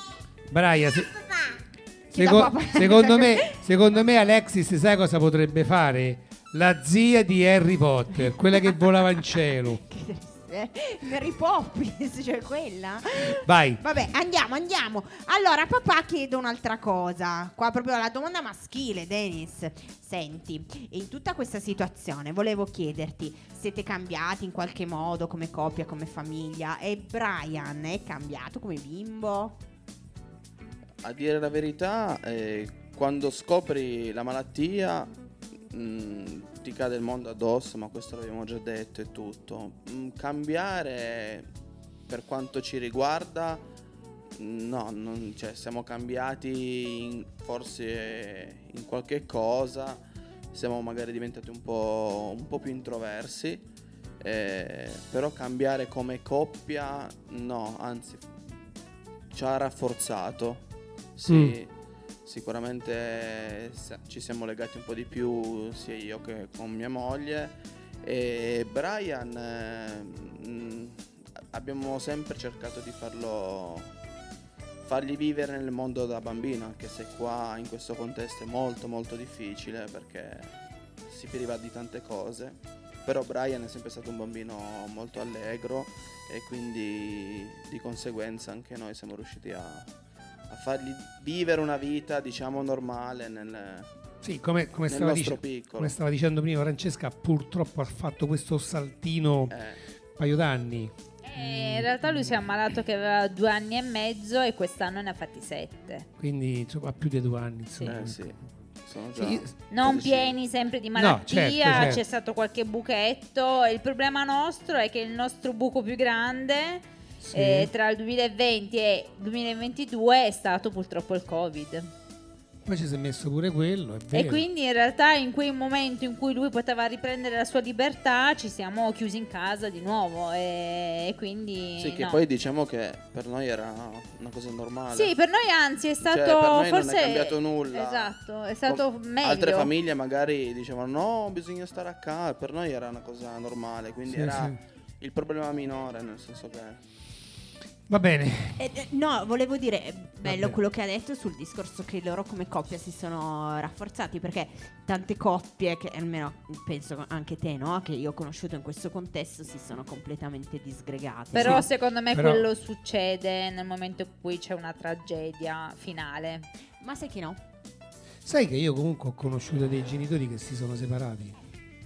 Speaker 2: Braia, se-
Speaker 3: Chi Cioè, da
Speaker 2: seco-
Speaker 3: papà?
Speaker 2: secondo, me, secondo me Alexis sai cosa potrebbe fare? La zia di Harry Potter, quella che volava in cielo.
Speaker 3: Eh, Mary Poppins, cioè quella.
Speaker 2: Vai.
Speaker 3: Vabbè, andiamo, andiamo. Allora, papà chiede un'altra cosa. Qua proprio la domanda maschile, Dennis. Senti, in tutta questa situazione volevo chiederti, siete cambiati in qualche modo come coppia, come famiglia? E Brian è cambiato come bimbo?
Speaker 1: A dire la verità, eh, quando scopri la malattia mh, ti cade il mondo addosso, ma questo l'abbiamo già detto e tutto. Mm, cambiare, per quanto ci riguarda, no, non, cioè, siamo cambiati in- forse in qualche cosa, siamo magari diventati un po', un po' più introversi, eh, però cambiare come coppia, no, anzi, ci ha rafforzato. Sì, sicuramente sa- ci siamo legati un po' di più sia io che con mia moglie. E Brian eh, mh, abbiamo sempre cercato di farlo fargli vivere nel mondo da bambino, anche se qua in questo contesto è molto molto difficile perché si priva di tante cose. Però Brian è sempre stato un bambino molto allegro e quindi di conseguenza anche noi siamo riusciti a, a fargli vivere una vita diciamo normale nel,
Speaker 2: Sì, come, come
Speaker 1: nel
Speaker 2: stava
Speaker 1: nostro
Speaker 2: dic-
Speaker 1: piccolo.
Speaker 2: come stava dicendo prima Francesca, purtroppo ha fatto questo saltino
Speaker 1: Eh.
Speaker 2: paio d'anni.
Speaker 7: Eh, in realtà lui si è ammalato che aveva due anni e mezzo e quest'anno ne ha fatti sette.
Speaker 2: Quindi insomma, più di due anni. Insomma.
Speaker 1: Eh sì, sono
Speaker 2: già- Eh Sì,
Speaker 7: Non
Speaker 1: Sì.
Speaker 7: pieni sempre di
Speaker 2: No,
Speaker 7: malattia,
Speaker 2: certo, certo.
Speaker 7: c'è stato qualche buchetto. e Il problema nostro è che il nostro buco più grande
Speaker 2: Sì.
Speaker 7: eh, tra il 2020 e il 2022 è stato purtroppo il Covid.
Speaker 2: Poi ci si è messo pure quello, è
Speaker 7: E
Speaker 2: vero.
Speaker 7: quindi in realtà in quel momento in cui lui poteva riprendere la sua libertà ci siamo chiusi in casa di nuovo e, e quindi...
Speaker 1: Sì, che
Speaker 7: no.
Speaker 1: poi diciamo che per noi era una cosa normale.
Speaker 7: Sì, per noi anzi è stato
Speaker 1: Cioè, per noi non è
Speaker 7: forse...
Speaker 1: cambiato nulla.
Speaker 7: Esatto, è stato
Speaker 1: Com-
Speaker 7: meglio.
Speaker 1: Altre famiglie magari dicevano no, bisogna stare a casa, per noi era una cosa normale, quindi
Speaker 2: Sì,
Speaker 1: era
Speaker 2: sì.
Speaker 1: il problema minore, nel senso che...
Speaker 2: Va bene.
Speaker 3: Eh, eh, no, volevo dire, è bello
Speaker 2: Vabbè.
Speaker 3: quello che ha detto sul discorso che loro come coppia si sono rafforzati, perché tante coppie, che almeno penso anche te, no? Che io ho conosciuto in questo contesto, si sono completamente disgregate.
Speaker 7: Però
Speaker 3: no?
Speaker 7: secondo me
Speaker 2: Però-
Speaker 7: quello succede nel momento in cui c'è una tragedia finale.
Speaker 3: Ma sai che no?
Speaker 2: Sai che io comunque ho conosciuto dei genitori che si sono separati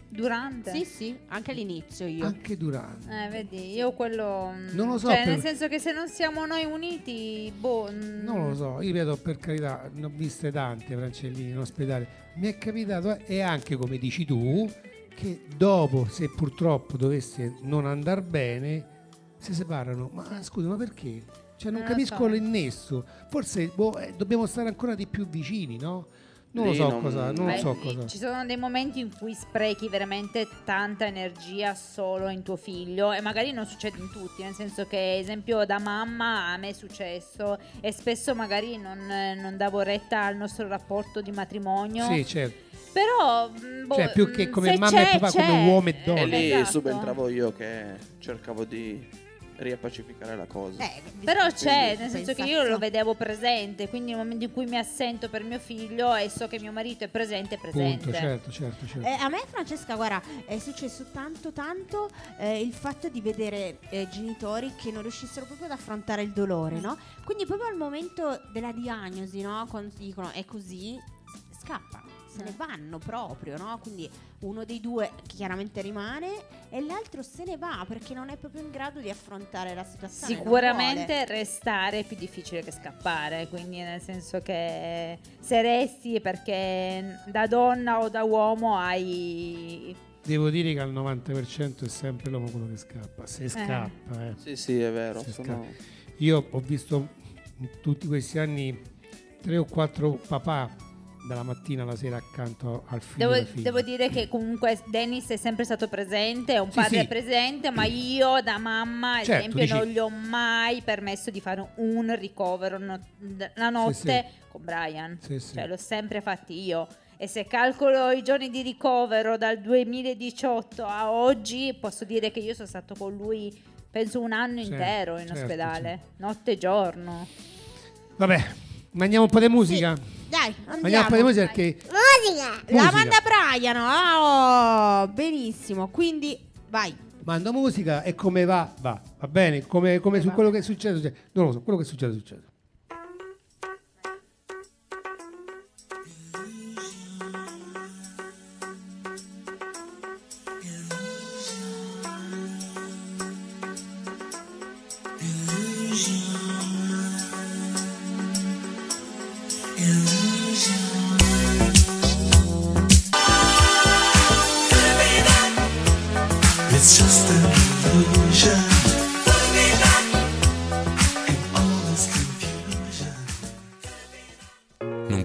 Speaker 7: Durante?
Speaker 3: Sì, sì, anche all'inizio io.
Speaker 2: anche durante.
Speaker 7: Eh, vedi, io quello... mm,
Speaker 2: Non lo so
Speaker 7: Cioè,
Speaker 2: per-
Speaker 7: nel senso che se non siamo noi uniti, boh... mm,
Speaker 2: Non lo so, io ripeto per carità, ne ho viste tante Francellini in ospedale. Mi è capitato eh, e anche come dici tu che dopo se purtroppo dovesse non andar bene si separano. Ma scusa, ma perché? Cioè non
Speaker 7: Non Eh, lo
Speaker 2: capisco
Speaker 7: so.
Speaker 2: l'innesso. Forse boh, eh, dobbiamo stare ancora di più vicini, no? Non lo
Speaker 1: Lì
Speaker 2: so
Speaker 1: non-
Speaker 2: cosa, non
Speaker 7: Beh,
Speaker 2: lo so
Speaker 7: eh,
Speaker 2: cosa.
Speaker 7: Ci sono dei momenti in cui sprechi veramente tanta energia solo in tuo figlio e magari non succede in tutti, nel senso che esempio da mamma a me è successo e spesso magari non, eh, non davo retta al nostro rapporto di matrimonio.
Speaker 2: Sì, certo.
Speaker 7: Però mm, boh,
Speaker 2: Cioè, più che
Speaker 7: mm,
Speaker 2: come
Speaker 7: se
Speaker 2: mamma e
Speaker 7: c'è,
Speaker 2: papà, come
Speaker 7: c'è.
Speaker 2: uomo e donna.
Speaker 1: E lì
Speaker 7: Esatto.
Speaker 1: subentravo io che cercavo di riappacificare la cosa.
Speaker 3: Eh,
Speaker 7: Però c'è,
Speaker 1: Quindi-
Speaker 7: nel senso che
Speaker 3: Pensazzo.
Speaker 7: io lo vedevo presente, quindi nel momento in cui mi assento per mio figlio e so che mio marito è presente, è presente.
Speaker 2: Punto, certo, certo, certo.
Speaker 3: Eh, a me Francesca, guarda, è successo tanto tanto eh, il fatto di vedere eh, genitori che non riuscissero proprio ad affrontare il dolore, no? Quindi proprio al momento della diagnosi, no? Quando ti dicono è così, s- scappano, se ne vanno proprio, no? Quindi uno dei due chiaramente rimane e l'altro se ne va perché non è proprio in grado di affrontare la situazione. non vuole.
Speaker 7: Sicuramente restare è più difficile che scappare, quindi nel senso che se resti è perché da donna o da uomo hai...
Speaker 2: Devo dire che al 90% è sempre l'uomo quello che scappa. Se scappa, eh.
Speaker 1: Sì, sì, è vero.
Speaker 2: Se
Speaker 1: Sono...
Speaker 2: Io ho visto in tutti questi anni tre o quattro papà dalla mattina alla sera accanto al figlio.
Speaker 7: Devo,
Speaker 2: e alla figlia.
Speaker 7: devo dire che comunque Dennis è sempre stato presente, è un
Speaker 2: Sì,
Speaker 7: padre
Speaker 2: sì.
Speaker 7: presente, ma io da mamma, ad
Speaker 2: Certo,
Speaker 7: esempio,
Speaker 2: dici-
Speaker 7: non gli ho mai permesso di fare un ricovero no- la notte con Brian.
Speaker 2: Sì, sì.
Speaker 7: Cioè, l'ho sempre fatti io. E se calcolo i giorni di ricovero dal 2018 a oggi, posso dire che io sono stato con lui penso un anno
Speaker 2: Certo,
Speaker 7: intero in
Speaker 2: certo,
Speaker 7: ospedale, notte e giorno.
Speaker 2: Vabbè, mandiamo un po' di musica.
Speaker 3: Dai,
Speaker 2: Mandiamo
Speaker 3: andiamo.
Speaker 2: un po' di musica perché
Speaker 4: Musica!
Speaker 2: Musica.
Speaker 3: La manda Brian, oh, benissimo, quindi vai.
Speaker 2: mando musica e come va, va. Va bene, come, come su quello che è successo. succede. Non lo so, quello che succede, succede.
Speaker 6: It's just an illusion.
Speaker 8: Non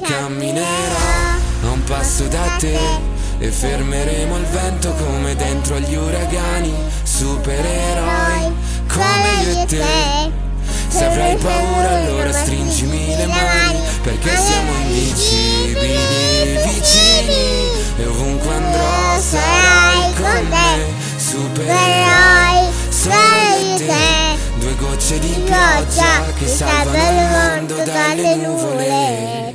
Speaker 8: Camminerò a un passo da te e fermeremo il vento come dentro agli uragani. Supereroi come io e te. Se avrai paura allora stringimi le mani perché siamo invincibili vicini e ovunque andrò sarai con me. Supereroi sole e te Due gocce di pioggia che salvano il mondo dalle nuvole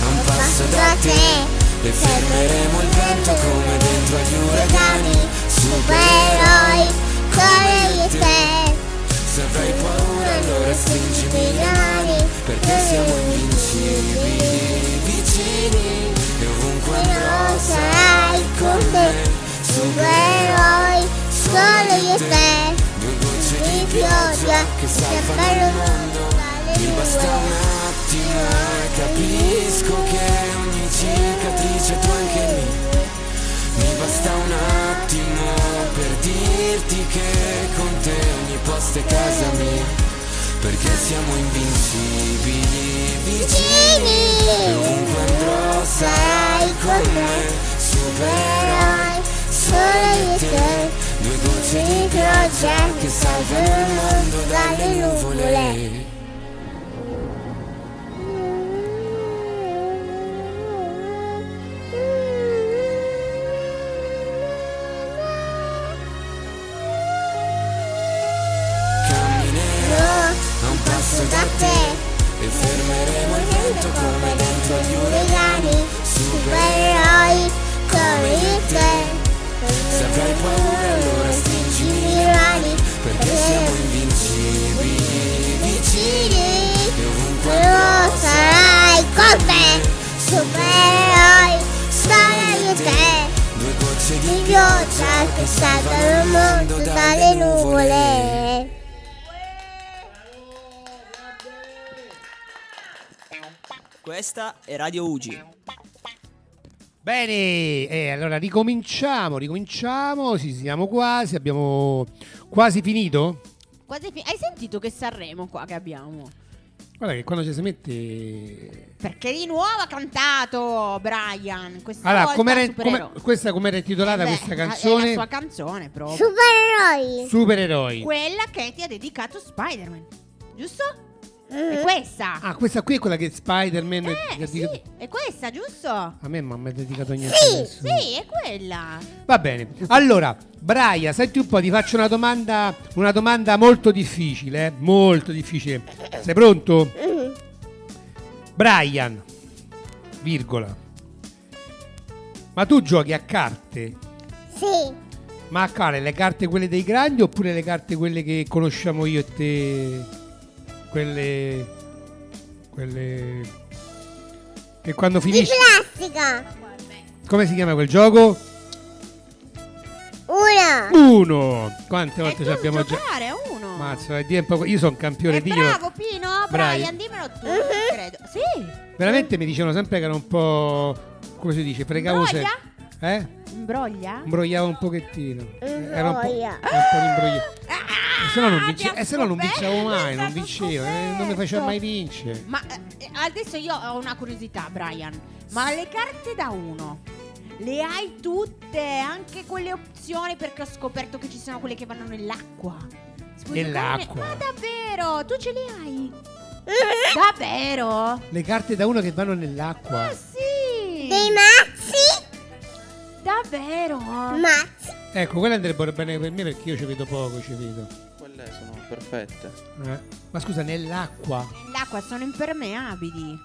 Speaker 8: un passo da te e fermeremo il vento come dentro agli uragani Supereroi,
Speaker 4: Corri di te,
Speaker 8: se avrai paura allora stringimi le mani Perché siamo invincibili vicini E ovunque andrò sarai con me
Speaker 4: supereroi, solo io e te.
Speaker 8: Due gocce di pioggia che salvano il mondo Mi basta un attimo e capisco che ogni cicatrice tu anche lì Mi basta un attimo per dirti che con te ogni posto è casa mia perché siamo invincibili vicini E ovunque andrò sarai con me Supererai solo io e te Due gocce di pioggia che salvano il mondo dalle nuvole Camminerò a un passo da te E fermeremo il vento come dentro gli uragani
Speaker 4: supereroi, corri di te.
Speaker 8: Se avrai paura allora stringimi le mani Perché siamo invincibili vicini E ovunque
Speaker 4: Tu sarai con me, supereroi, solo io e te.
Speaker 8: Due gocce
Speaker 4: Di pioggia che salvano il mondo dalle nuvole.
Speaker 12: Questa è Radio Ugi.
Speaker 2: Bene, e allora ricominciamo, ricominciamo, ci siamo quasi, abbiamo quasi finito.
Speaker 3: Quasi fi- Hai sentito che Sanremo qua che abbiamo?
Speaker 2: Guarda che quando ci si mette...
Speaker 3: Perché di nuovo ha cantato Brian. Questa
Speaker 2: Allora,
Speaker 3: volta
Speaker 2: com'era,
Speaker 3: supereroe.
Speaker 2: come- questa com'era intitolata
Speaker 3: Eh beh,
Speaker 2: questa
Speaker 3: È
Speaker 2: canzone?
Speaker 3: la sua canzone proprio.
Speaker 4: Supereroi.
Speaker 2: Supereroi.
Speaker 3: Quella che ti ha dedicato Spider-Man. Giusto? È questa.
Speaker 2: Ah, questa qui è quella che Spider-Man
Speaker 3: eh, sì, è questa, giusto?
Speaker 2: A me non mi ha dedicato niente.
Speaker 3: Sì,
Speaker 2: nessuno.
Speaker 3: sì, è quella.
Speaker 2: Va bene. Allora, Braia, senti un po', ti faccio una domanda, una domanda molto difficile, eh, molto difficile. Sei pronto? Brian, virgola. Ma tu giochi a carte?
Speaker 4: Sì,
Speaker 2: Ma a carte le carte quelle dei grandi oppure le carte quelle che conosciamo io e te? Quelle quelle che quando
Speaker 4: di
Speaker 2: finisce
Speaker 4: plastica.
Speaker 2: come si chiama quel gioco?
Speaker 4: Una.
Speaker 2: Uno. Quante volte ci abbiamo già
Speaker 3: Giocare a uno.
Speaker 2: Mazza, è tempo- io sono un campione di io.
Speaker 3: Bravo Pino,
Speaker 2: Brian.
Speaker 3: Brian,
Speaker 2: Eh.
Speaker 3: dimmelo tu, credo. Sì.
Speaker 2: Veramente mi dicevano sempre che era un po' come si dice, fregavo
Speaker 3: Imbroglia?
Speaker 2: sempre. Eh?
Speaker 3: Imbroglia?
Speaker 2: Imbrogliavo un pochettino. Era un po',
Speaker 3: Imbroia.
Speaker 2: era un po' di imbroglio. E se no
Speaker 3: Ah,
Speaker 2: non, vince- eh, se no non vincevo mai, non vincevo, eh, non mi faceva mai vincere.
Speaker 3: Ma eh, adesso io ho una curiosità, Brian. Ma le carte da uno le hai tutte, anche quelle opzioni? Perché ho scoperto che ci sono quelle che vanno nell'acqua. Si può
Speaker 2: Nell'acqua.
Speaker 3: giocare- Ma davvero? Tu ce le hai? davvero?
Speaker 2: Le carte da uno che vanno nell'acqua.
Speaker 3: Ah, Sì.
Speaker 4: Dei mazzi.
Speaker 3: Davvero?
Speaker 4: Mazzi.
Speaker 2: Ecco, quelle andrebbero bene per me perché io ci vedo poco, ci vedo.
Speaker 1: Quelle sono perfette.
Speaker 2: Eh, Ma scusa, nell'acqua.
Speaker 3: Nell'acqua sono impermeabili.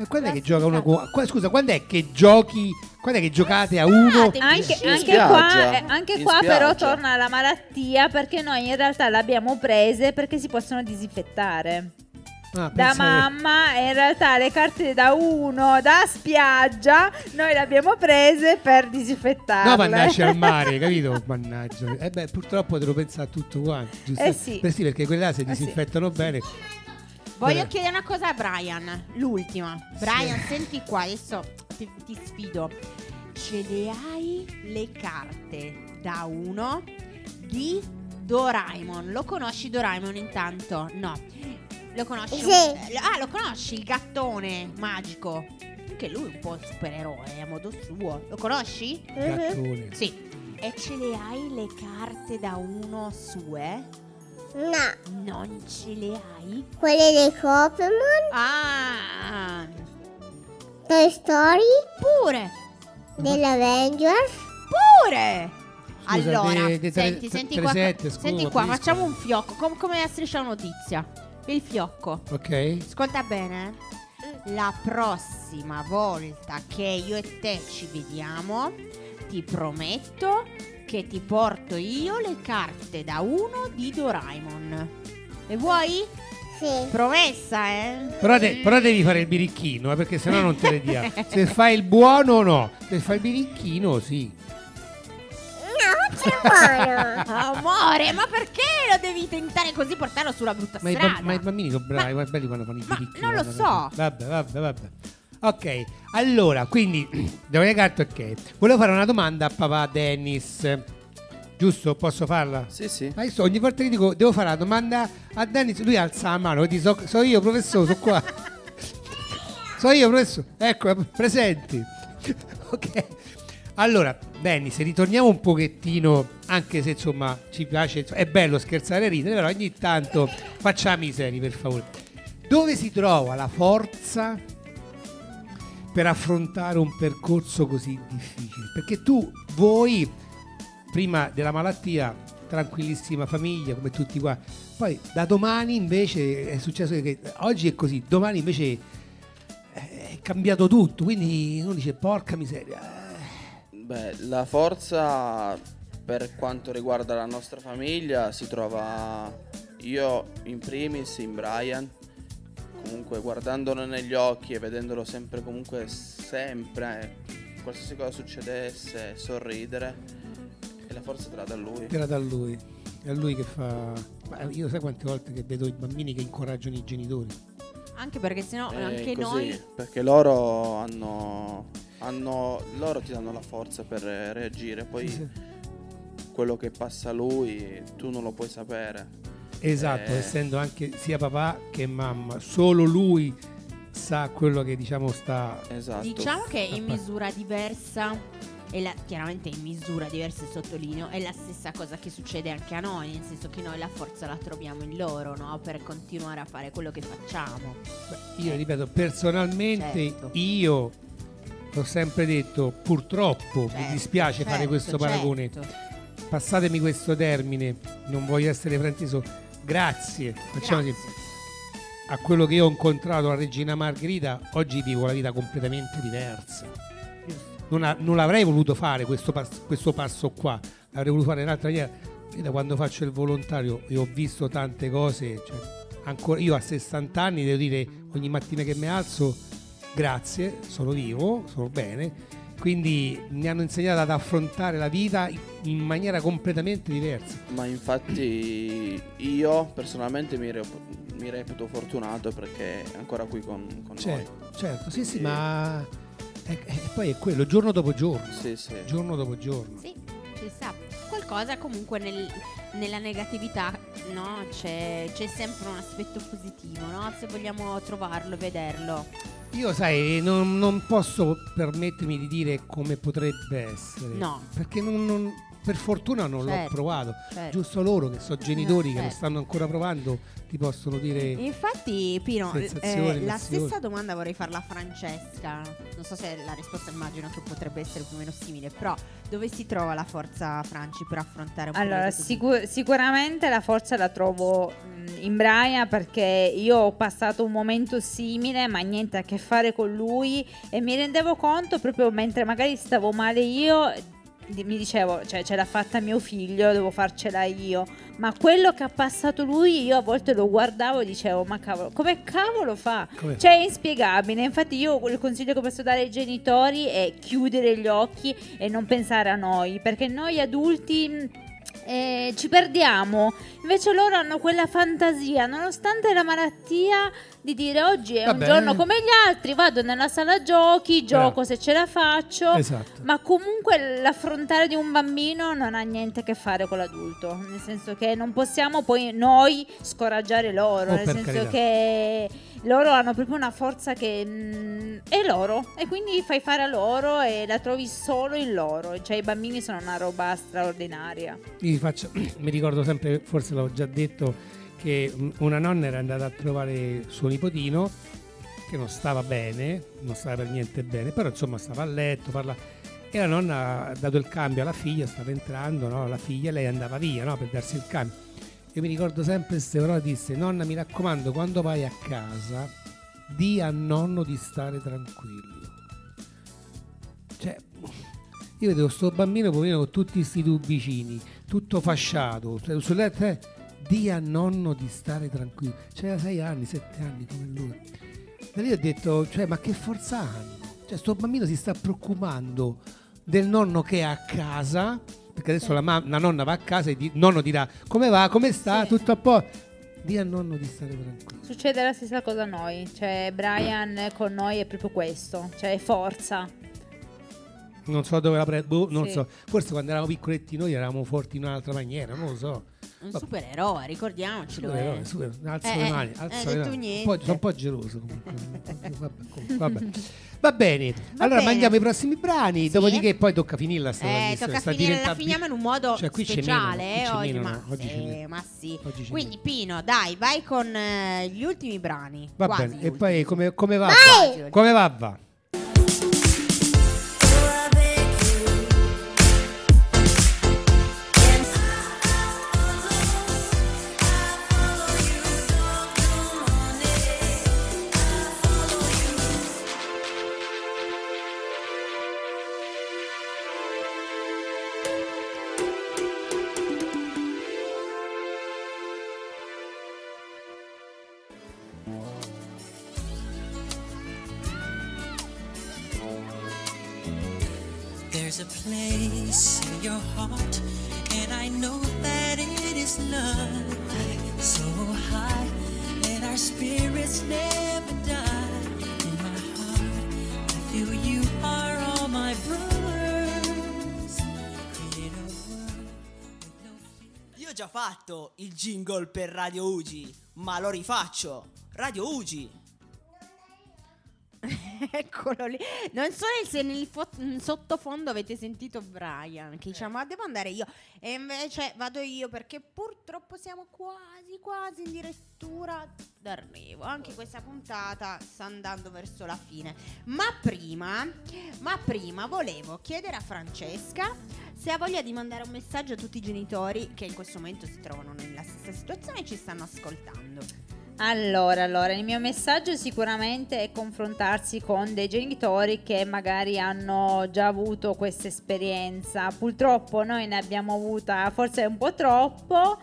Speaker 2: E quando è che gioca uno con... qua- Scusa, quando è che giochi... Quando è che giocate a uno...
Speaker 7: Anche,
Speaker 2: In
Speaker 7: anche
Speaker 2: spiaggia.
Speaker 7: qua, eh, anche
Speaker 2: In
Speaker 7: qua però
Speaker 2: spiaggia.
Speaker 7: torna la malattia perché noi in realtà l'abbiamo prese perché si possono disinfettare.
Speaker 2: Ah,
Speaker 7: Da
Speaker 2: pensavo-
Speaker 7: mamma, e in realtà le carte da uno, da spiaggia, noi le abbiamo prese per disinfettarle.
Speaker 2: No, mannaggia al mare, capito? Mannaggia. Eh beh, purtroppo devo pensare a tutto quanto. Giusto?
Speaker 3: Eh sì. Eh
Speaker 2: Beh, perché quelle là si
Speaker 3: sì. Eh
Speaker 2: disinfettano bene.
Speaker 3: Voglio
Speaker 2: Vabbè.
Speaker 3: chiedere una cosa a Brian, l'ultima. Brian, senti qua, adesso ti, ti sfido. Ce le hai le carte da uno di Doraemon. Lo conosci Doraemon intanto? No. Lo conosci?
Speaker 4: Sì.
Speaker 3: Ah, lo conosci il gattone magico. Anche lui è un po' un supereroe a modo suo. Lo conosci?
Speaker 2: Gattone.
Speaker 3: Sì. E ce le hai le carte da uno sue?
Speaker 4: No.
Speaker 3: Non ce le hai?
Speaker 4: Quelle dei Pokémon?
Speaker 3: Ah!
Speaker 4: Toy Story?
Speaker 3: Pure!
Speaker 4: Dell'Avengers?
Speaker 3: Pure!
Speaker 2: Scusa,
Speaker 3: allora,
Speaker 2: te- te-
Speaker 3: senti,
Speaker 2: te-
Speaker 3: senti
Speaker 2: te-
Speaker 3: qua,
Speaker 2: sette, scusa,
Speaker 3: senti qua
Speaker 2: capisco.
Speaker 3: facciamo un fiocco, com- come a striscia la notizia. Il fiocco.
Speaker 2: Ok.
Speaker 3: Ascolta bene. eh. La prossima volta che io e te ci vediamo, ti prometto che ti porto io le carte da uno di Doraemon. Le vuoi?
Speaker 4: Sì.
Speaker 3: Promessa, eh?
Speaker 2: Però, de- però devi fare il birichino, eh, perché sennò non te le diamo. Se fai il buono, no. Se fai il birichino, sì.
Speaker 4: No, c'è buono.
Speaker 3: Amore, ma perché lo devi tentare così portarlo sulla brutta
Speaker 2: Ma i,
Speaker 3: strada?
Speaker 2: ba- ma i bambini sono bravi, guarda, belli quando fanno i birichini.
Speaker 3: non lo
Speaker 2: guarda,
Speaker 3: so.
Speaker 2: Vabbè, vabbè, vabbè. Ok, allora, quindi, devo legarti, ok. Volevo fare una domanda a papà Dennis. Giusto? Posso farla?
Speaker 1: Sì, sì.
Speaker 2: Ma io so, ogni volta che dico, devo fare la domanda a Dennis, lui alza la mano e dice, so, so io professore, sono qua. so io professore, ecco, presenti. ok. Allora, Dennis, ritorniamo un pochettino, anche se insomma ci piace, insomma, è bello scherzare e ridere, però ogni tanto facciamo i seri, per favore. Dove si trova la forza per affrontare un percorso così difficile? Perché tu, voi, prima della malattia, tranquillissima famiglia, come tutti qua, poi da domani invece è successo che oggi è così, domani invece eh, è cambiato tutto, quindi uno dice porca miseria. eh."
Speaker 1: Beh, la forza per quanto riguarda la nostra famiglia si trova io in primis in Brian. Comunque guardandolo negli occhi e vedendolo sempre comunque sempre eh, qualsiasi cosa succedesse sorridere e la forza te la dà lui.
Speaker 2: Era da lui, è lui che fa... Ma io sai quante volte che vedo i bambini che incoraggiano i genitori.
Speaker 3: Anche perché sennò
Speaker 1: Eh,
Speaker 3: anche
Speaker 1: così,
Speaker 3: noi
Speaker 1: Perché loro hanno, hanno- Loro ti danno la forza per reagire. Poi quello che passa a lui, tu non lo puoi sapere.
Speaker 2: Esatto,
Speaker 1: Eh,
Speaker 2: essendo anche sia papà che mamma, solo lui sa quello che diciamo sta...
Speaker 1: Esatto.
Speaker 3: Diciamo che in
Speaker 2: Vabbè.
Speaker 3: misura diversa, e la- chiaramente in misura diversa sottolineo, è la stessa cosa che succede anche a noi, nel senso che noi la forza la troviamo in loro, no? Per continuare a fare quello che facciamo.
Speaker 2: Io ripeto, personalmente
Speaker 3: Certo.
Speaker 2: io l'ho sempre detto, purtroppo mi
Speaker 3: Certo,
Speaker 2: dispiace fare
Speaker 3: certo,
Speaker 2: questo paragone.
Speaker 3: certo.
Speaker 2: Passatemi questo termine, non voglio essere frainteso. Grazie, facciamo così. A quello che io ho incontrato a Regina Margherita, oggi vivo la vita completamente diversa. Non, ha- non l'avrei voluto fare questo, pas- questo passo qua, l'avrei voluto fare un'altra maniera. Io da quando faccio il volontario e ho visto tante cose, cioè, ancora io a 60 anni devo dire ogni mattina che mi alzo grazie, sono vivo, sono bene. Quindi mi hanno insegnato ad affrontare la vita in maniera completamente diversa.
Speaker 1: Ma infatti io personalmente mi, rep- mi reputo fortunato perché è ancora qui con, con
Speaker 2: Certo, certo, sì, sì,
Speaker 1: Sì.
Speaker 2: ma e poi è quello, giorno dopo giorno,
Speaker 1: noi. Sì, sì.
Speaker 2: giorno dopo giorno.
Speaker 3: Sì, ci sta. Qualcosa comunque nel- nella negatività, no? C'è, c'è sempre un aspetto positivo, no? Se vogliamo trovarlo, vederlo.
Speaker 2: Io, sai, non, non posso permettermi di dire come potrebbe essere.
Speaker 3: No.
Speaker 2: Perché non- non- per fortuna non l'ho
Speaker 3: Certo,
Speaker 2: provato.
Speaker 3: certo.
Speaker 2: Giusto loro che sono genitori che lo
Speaker 3: certo.
Speaker 2: stanno ancora provando, ti possono
Speaker 3: Eh,
Speaker 2: dire...
Speaker 3: Infatti, Pino, eh,
Speaker 2: Sensazioni,
Speaker 3: la
Speaker 2: emozioni.
Speaker 3: stessa domanda vorrei farla a Francesca. Non so se la risposta immagino che potrebbe essere più o meno simile, però dove si trova la forza Franci per affrontare un
Speaker 7: Allora,
Speaker 3: periodo così?
Speaker 7: sicu- sicuramente la forza la trovo mh, in Brian perché io ho passato un momento simile, ma niente a che fare con lui e mi rendevo conto proprio mentre magari stavo male io di- mi dicevo, cioè ce l'ha fatta mio figlio, devo farcela io, ma quello che ha passato lui io a volte lo guardavo e dicevo, ma cavolo, come cavolo fa?
Speaker 2: Come-
Speaker 3: Certo,
Speaker 7: Cioè è inspiegabile, infatti io il consiglio che posso dare ai genitori è chiudere gli occhi e non pensare a noi, perché noi adulti mh, eh, ci perdiamo. Invece loro hanno quella fantasia, nonostante la malattia, di dire oggi è
Speaker 2: Vabbè.
Speaker 7: un giorno come gli altri, vado nella sala giochi,
Speaker 2: Bravo.
Speaker 7: gioco se ce la faccio.
Speaker 2: Esatto.
Speaker 7: Ma comunque l'affrontare di un bambino non ha niente a che fare con l'adulto, nel senso che non possiamo poi noi scoraggiare loro,
Speaker 2: Oh,
Speaker 7: nel
Speaker 2: per
Speaker 7: senso
Speaker 2: carità.
Speaker 7: che loro hanno proprio una forza che mm, è loro e quindi fai fare a loro e la trovi solo in loro, cioè i bambini sono una roba straordinaria.
Speaker 2: Io faccio- mi ricordo sempre, forse l'ho già detto, che mm, una nonna era andata a trovare suo nipotino che non stava bene, non stava per niente bene, però insomma stava a letto, parla... e la nonna ha dato il cambio alla figlia, stava entrando, no? la figlia lei andava via no? per darsi il cambio. Io mi ricordo sempre queste parole, disse nonna mi raccomando quando vai a casa di a nonno di stare tranquillo. Cioè, io vedevo sto bambino poverino con tutti questi tubicini, tutto fasciato, cioè, sul letto, eh, di a nonno di stare tranquillo. C'era sei anni, sette anni come lui. Da lì ho detto, cioè, ma che forza hanno? Cioè, sto bambino si sta preoccupando del nonno che è a casa, perché adesso la, mam- la nonna va a casa e il nonno dirà come va, come sta, tutto a posto. Di a nonno di stare tranquillo.
Speaker 7: Succede la stessa cosa a noi, cioè Brian con noi è proprio questo, cioè forza.
Speaker 2: Non so dove la prendo, non
Speaker 7: Sì.
Speaker 2: so. Forse quando eravamo piccoletti noi eravamo forti in un'altra maniera, non lo so.
Speaker 13: Un
Speaker 2: Vabbè.
Speaker 13: supereroe, ricordiamocelo.
Speaker 2: Supereroe,
Speaker 13: eh.
Speaker 2: super- alzo
Speaker 13: Eh,
Speaker 2: le
Speaker 13: eh,
Speaker 2: mani,
Speaker 13: eh,
Speaker 2: alzo
Speaker 13: hai
Speaker 2: le
Speaker 13: detto
Speaker 2: mani.
Speaker 13: niente.
Speaker 2: Un po'- sono un po' geloso comunque. Vabbè, comunque, vabbè. Va bene,
Speaker 13: Va
Speaker 2: allora
Speaker 13: bene.
Speaker 2: mandiamo i prossimi brani, dopodiché poi tocca finirla sta
Speaker 13: Eh,
Speaker 2: trasmissione,
Speaker 13: tocca
Speaker 2: sta
Speaker 13: finire, la
Speaker 2: diventando-
Speaker 13: finiamo in un modo
Speaker 2: Cioè, qui c'è
Speaker 13: speciale
Speaker 2: meno, qui
Speaker 13: eh,
Speaker 2: c'è
Speaker 13: oggi,
Speaker 2: meno,
Speaker 13: ma,
Speaker 2: no? Oggi c'è
Speaker 13: sì,
Speaker 2: meno.
Speaker 13: ma sì.
Speaker 2: Oggi c'è
Speaker 13: Quindi Pino, dai, vai con eh, gli ultimi brani.
Speaker 2: Va
Speaker 13: Quasi
Speaker 2: bene,
Speaker 13: gli
Speaker 2: e poi come, come va?
Speaker 13: Vai!
Speaker 2: va? Come va va?
Speaker 6: There's a place in your heart, and I know that it is love. So high that our spirits never die. In my heart, I feel you are all my brothers. Create a world.
Speaker 14: Io ho già fatto il jingle per Radio Ugi, ma lo rifaccio. Radio Ugi.
Speaker 13: Eccolo lì. Non so nel- se nel fo- in sottofondo avete sentito Brian che diceva ma devo andare io e invece vado io perché purtroppo siamo quasi quasi in direttura d'arrivo. Anche questa puntata sta andando verso la fine. Ma prima, ma prima volevo chiedere a Francesca se ha voglia di mandare un messaggio a tutti i genitori che in questo momento si trovano nella stessa situazione e ci stanno ascoltando.
Speaker 7: Allora, allora, il mio messaggio sicuramente è confrontarsi con dei genitori che magari hanno già avuto questa esperienza. Purtroppo noi ne abbiamo avuta forse un po' troppo,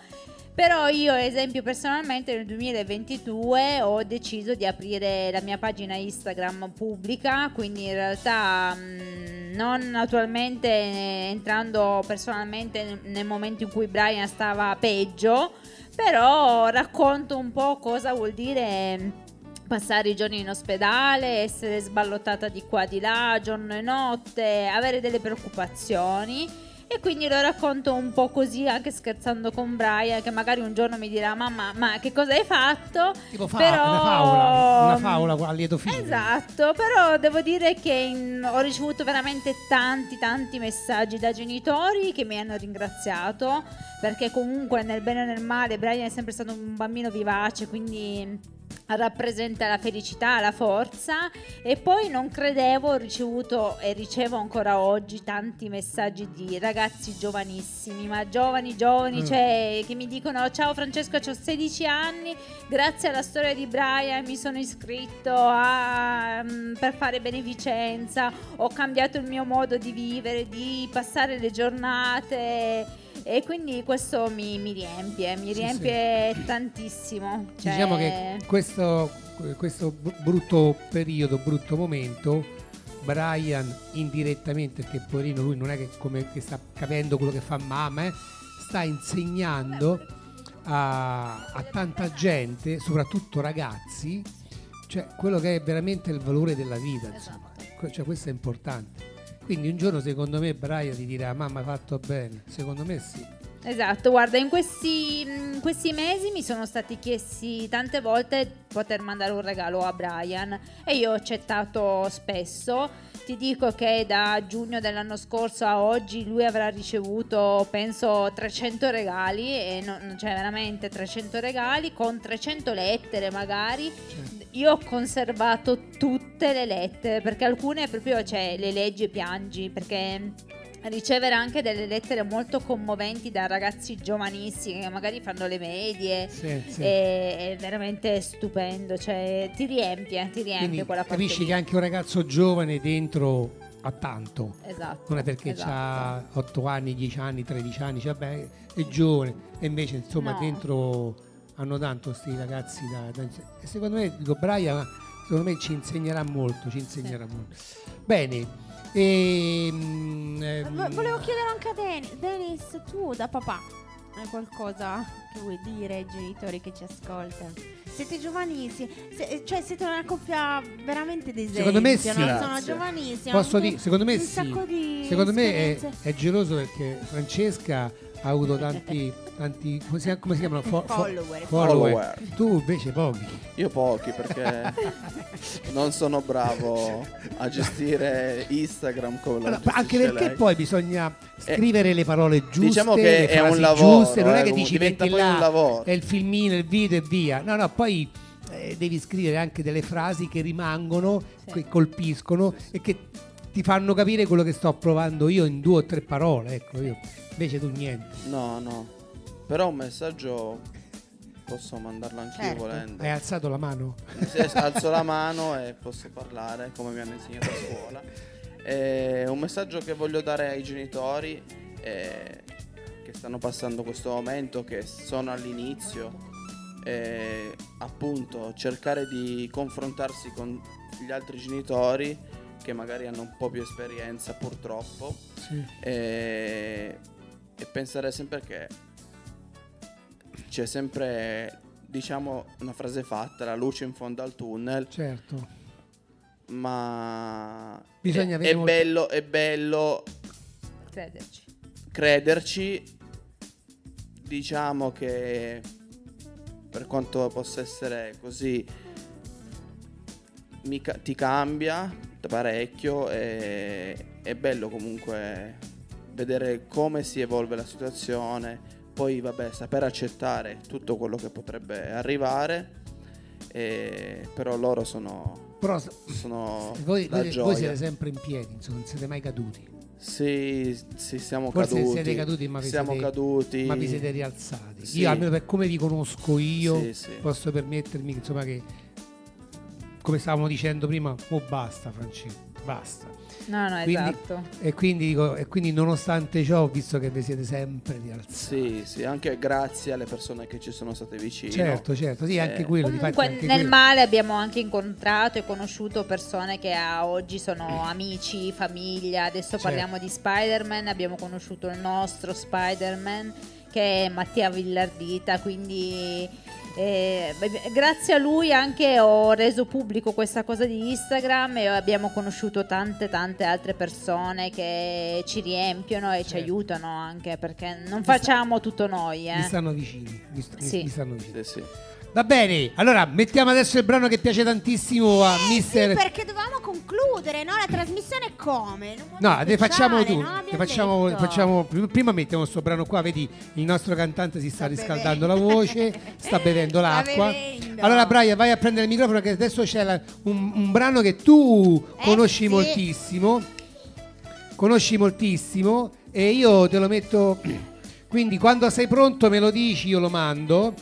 Speaker 7: però io, ad esempio, personalmente nel 2022 ho deciso di aprire la mia pagina Instagram pubblica, quindi in realtà mh, non naturalmente eh, entrando personalmente nel- nel momento in cui Brian stava peggio, però racconto un po' cosa vuol dire mh, passare i giorni in ospedale, essere sballottata di qua di là, giorno e notte, avere delle preoccupazioni. E quindi lo racconto un po' così, anche scherzando con Brian, che magari un giorno mi dirà: Mamma, ma che cosa hai fatto?
Speaker 2: Tipo fa-
Speaker 7: Però-
Speaker 2: una favola, una favola qua a lieto fine.
Speaker 7: Esatto, però devo dire che in- ho ricevuto veramente tanti tanti messaggi da genitori che mi hanno ringraziato perché comunque nel bene e nel male Brian è sempre stato un bambino vivace, quindi rappresenta la felicità, la forza e poi non credevo, ho ricevuto e ricevo ancora oggi tanti messaggi di ragazzi giovanissimi, ma giovani giovani,
Speaker 15: Mm.
Speaker 7: cioè che mi dicono ciao Francesco, ho 16 anni, grazie alla storia di Brian mi sono iscritto a, mm, per fare beneficenza, ho cambiato il mio modo di vivere, di passare le giornate e quindi questo mi, mi riempie, mi
Speaker 2: Sì,
Speaker 7: riempie tantissimo. Cioè,
Speaker 2: Diciamo che questo, questo br- brutto periodo, brutto momento, Brian indirettamente, perché poverino lui non è che, come, che sta capendo quello che fa mamma, eh, sta insegnando a, a tanta gente, soprattutto ragazzi, cioè quello che è veramente il valore della vita. Insomma. Que- Cioè, questo è importante. Quindi un giorno secondo me Brian ti dirà mamma hai fatto bene, secondo me sì.
Speaker 7: Esatto, guarda, in questi, in questi mesi mi sono stati chiesti tante volte poter mandare un regalo a Brian e io ho accettato spesso. Ti dico che da giugno dell'anno scorso a oggi lui avrà ricevuto penso 300 regali, e non- cioè veramente 300 regali con 300 lettere magari.
Speaker 2: Cioè,
Speaker 7: Io ho conservato tutte le lettere perché alcune proprio cioè, le leggi e piangi perché ricevere anche delle lettere molto commoventi da ragazzi giovanissimi che magari fanno le medie
Speaker 2: Sì, sì.
Speaker 7: Eh, È, è veramente stupendo cioè ti riempie ti riempie
Speaker 2: Quindi
Speaker 7: quella parte
Speaker 2: capisci
Speaker 7: lì.
Speaker 2: che anche un ragazzo giovane dentro ha tanto.
Speaker 7: Esatto,
Speaker 2: Non è perché
Speaker 7: esatto.
Speaker 2: ha 8 anni, 10 anni, 13 anni, cioè, beh, è giovane. E invece, insomma,
Speaker 7: No.
Speaker 2: dentro hanno tanto questi ragazzi da, da inse- E secondo me, dico, Brian, secondo me ci insegnerà molto, ci insegnerà molto. Bene. ehm, ehm,
Speaker 13: Vo- volevo chiedere anche a Denis. Denis, tu da papà hai qualcosa che vuoi dire ai genitori che ci ascoltano? Siete giovanissimi, se- cioè siete una coppia veramente di
Speaker 2: Secondo me sì.
Speaker 13: esempio, no? sono giovanissimi.
Speaker 2: Posso
Speaker 13: hanno
Speaker 2: dire, secondo me
Speaker 13: un
Speaker 2: sì.
Speaker 13: sacco di
Speaker 2: secondo me è,
Speaker 13: esperienze.
Speaker 2: è geloso perché Francesca ha avuto tanti, tanti come, si, come si chiamano? Fo- fo-
Speaker 13: Follower.
Speaker 1: Follower.
Speaker 2: Tu invece pochi.
Speaker 1: Io pochi perché non sono bravo a gestire Instagram con la
Speaker 2: Allora, anche
Speaker 1: gestisce
Speaker 2: perché
Speaker 1: lei.
Speaker 2: poi bisogna scrivere le parole giuste,
Speaker 1: Eh, diciamo che
Speaker 2: le
Speaker 1: è
Speaker 2: frasi
Speaker 1: un lavoro,
Speaker 2: giuste, non
Speaker 1: eh,
Speaker 2: è che
Speaker 1: Lu,
Speaker 2: dici
Speaker 1: diventa
Speaker 2: metti
Speaker 1: poi
Speaker 2: là
Speaker 1: un lavoro.
Speaker 2: è il filmino, il video e via. No, no, poi eh, devi scrivere anche delle frasi che rimangono, che colpiscono e che ti fanno capire quello che sto provando io in due o tre parole, ecco, io invece tu niente.
Speaker 1: No, no. Però un messaggio posso mandarlo anch'io
Speaker 2: Certo.
Speaker 1: volendo.
Speaker 2: Hai alzato la mano?
Speaker 1: Sì, alzo la mano e posso parlare come mi hanno insegnato a scuola. È un messaggio che voglio dare ai genitori eh, che stanno passando questo momento, che sono all'inizio. eh, appunto, cercare di confrontarsi con gli altri genitori che magari hanno un po' più esperienza, purtroppo.
Speaker 2: Sì.
Speaker 1: E, e pensare sempre che c'è sempre, diciamo, una frase fatta, la luce in fondo al tunnel,
Speaker 2: Certo.
Speaker 1: ma
Speaker 2: Bisogna
Speaker 1: è,
Speaker 2: avere
Speaker 1: è
Speaker 2: molto-
Speaker 1: bello, è bello
Speaker 7: crederci
Speaker 1: crederci, diciamo che per quanto possa essere così, mi ca- ti cambia da parecchio e è bello comunque vedere come si evolve la situazione, poi vabbè saper accettare tutto quello che potrebbe arrivare, e- però loro sono...
Speaker 2: Però s-
Speaker 1: sono
Speaker 2: Voi,
Speaker 1: la
Speaker 2: voi- voi
Speaker 1: gioia.
Speaker 2: siete sempre in piedi, insomma, non siete mai caduti.
Speaker 1: Sì, sì, siamo
Speaker 2: Forse
Speaker 1: caduti.
Speaker 2: siete caduti, ma vi
Speaker 1: siamo
Speaker 2: siete-
Speaker 1: caduti.
Speaker 2: ma vi siete rialzati.
Speaker 1: Sì.
Speaker 2: Io almeno per come vi conosco io
Speaker 1: Sì, sì.
Speaker 2: posso permettermi insomma che come stavamo dicendo prima, oh basta Francesco, basta.
Speaker 7: no no
Speaker 2: Quindi-
Speaker 7: esatto
Speaker 2: E quindi, dico, e quindi nonostante ciò ho visto che vi siete sempre rialzati.
Speaker 1: Sì, sì, anche grazie alle persone che ci sono state vicine.
Speaker 2: Certo, certo, sì, anche
Speaker 1: Eh,
Speaker 2: quello di
Speaker 7: Comunque,
Speaker 2: anche
Speaker 7: nel
Speaker 2: quello.
Speaker 7: male abbiamo anche incontrato e conosciuto persone che a oggi sono amici, famiglia. Adesso
Speaker 2: Certo.
Speaker 7: parliamo di Spider-Man, abbiamo conosciuto il nostro Spider-Man che è Mattia Villardita, quindi eh, beh, grazie a lui anche ho reso pubblico questa cosa di Instagram e abbiamo conosciuto tante tante altre persone che ci riempiono e ci
Speaker 2: Certo.
Speaker 7: aiutano anche perché non facciamo tutto noi.
Speaker 2: Mi
Speaker 7: Eh.
Speaker 2: stanno vicini, mi, st- mi-
Speaker 7: Sì.
Speaker 2: mi stanno vicini.
Speaker 1: Sì, sì.
Speaker 2: Va bene, allora mettiamo adesso il brano che piace tantissimo a Mister...
Speaker 13: Sì, perché dovevamo concludere, no? La trasmissione come? In un modo
Speaker 2: No, ne facciamo
Speaker 13: speciale,
Speaker 2: tu.
Speaker 13: no?
Speaker 2: ne
Speaker 13: Abbiamo
Speaker 2: facciamo,
Speaker 13: detto.
Speaker 2: facciamo- pr- prima mettiamo questo brano qua, vedi il nostro cantante si sta
Speaker 13: bevendo.
Speaker 2: riscaldando la voce, sta bevendo l'acqua.
Speaker 13: bevendo.
Speaker 2: Allora Brian vai a prendere il microfono che adesso c'è la- un, un brano che tu conosci
Speaker 13: Eh sì.
Speaker 2: moltissimo, conosci moltissimo e io te lo metto, quindi quando sei pronto me lo dici, io lo mando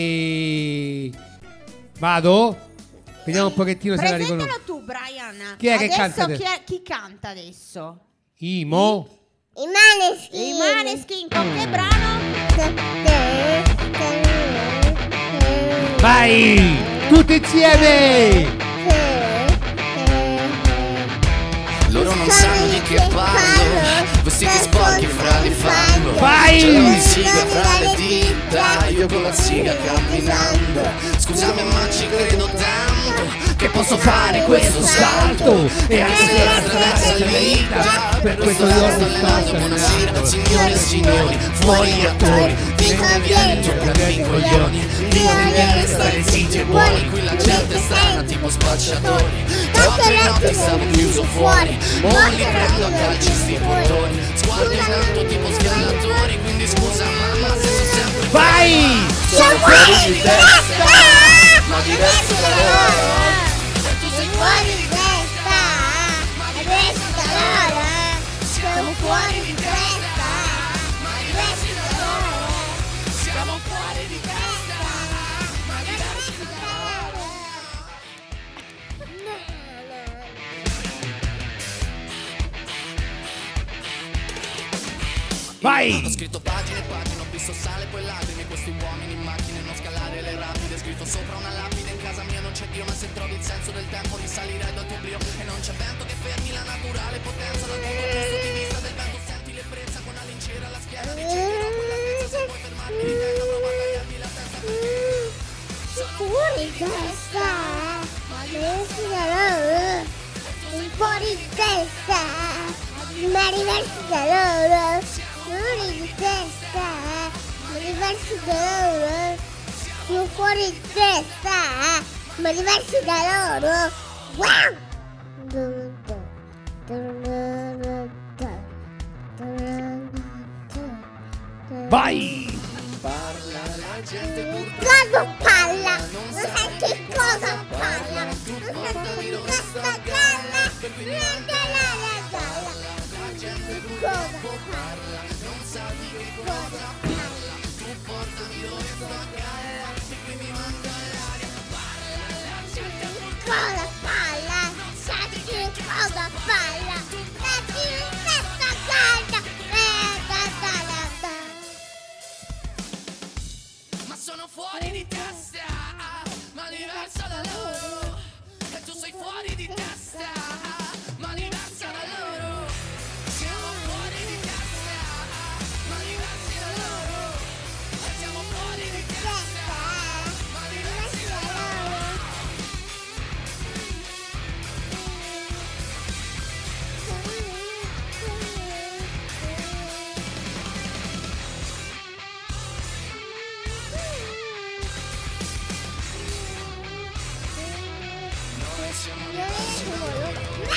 Speaker 2: e vado, vediamo un pochettino se la riconosco.
Speaker 13: Presentalo tu, Brian.
Speaker 2: Chi è che
Speaker 13: adesso
Speaker 2: canta adesso?
Speaker 13: Chi, è- chi canta adesso?
Speaker 2: Imo.
Speaker 4: I maneskin.
Speaker 13: I Maneskin con
Speaker 2: Mm.
Speaker 13: che brano?
Speaker 2: Vai! Tutti insieme!
Speaker 8: Loro non sanno di che parlo Voi siete
Speaker 4: Perché
Speaker 8: sporchi
Speaker 4: Fai, fai, fai,
Speaker 8: C'è
Speaker 4: Una
Speaker 8: una siga fra
Speaker 4: sigla
Speaker 8: le dita, io con la siga camminando. Scusami ma ci credo tanto che posso fare questo salto. E anche se la strada è salita, per questo giorno faccio una gira. Signore e signori, fuori gli attori, vi conviene giocare i coglioni. Vi conviene stare zitti e buoni, qui la gente è strana tipo spacciatori. Troppe notti stavo chiuso fuori, ora li prendo a calci sti portoni. Sguardo in alto tipo sghiallatori, quindi scusa mamma se sono sempre
Speaker 2: Vai!
Speaker 8: Sono fuori di testa, ma diverso da loro.
Speaker 4: Sei fuori di testa, ma diverso da loro. Siamo fuori di testa, ma diverso da loro. Siamo fuori di testa, ma diverso da loro.
Speaker 2: Vai!
Speaker 8: Ho scritto pagine e pagine, ho visto sale e poi lacrime. Questi uomini in macchine, non scalare le rapide. Scritto sopra una lapide, in casa mia non c'è Dio. Ma se trovi il senso del tempo, risalirai dal tuo oblio. E non c'è vento che fermi la naturale potenza. Dal punto giusto di vista del vento, senti l'ebbrezza con la lincera alla schiena. Ti cercherò quell'altezza, se vuoi fermarmi, di te, prova a tagliarmi la testa.
Speaker 4: Mm. Fuori di testa, ma diverso da loro. Sei fuori di testa, ma diverso da loro. Fuori di testa, ma diverso da loro. Sono fuori di testa, ma diverso da loro. Wow!
Speaker 2: Vai!
Speaker 8: Parla la gente
Speaker 4: Cosa palla? Non sai che cosa palla? Non sai che cosa palla? La la la la la la. Cosa palla? Non sai che cosa palla? Tu portami dove sta galla, se qui mi manca l'aria. Palla la gente Cosa palla? Non sai che cosa palla? La sta galla. Eh, da da la da.
Speaker 8: Ma sono fuori di testa, ma diversa da loro. E tu sei fuori di testa, ma diversa da loro. Siamo fuori di testa, ma diversi da loro. E siamo fuori di testa, ma diversi da loro. Noi siamo diversi da loro.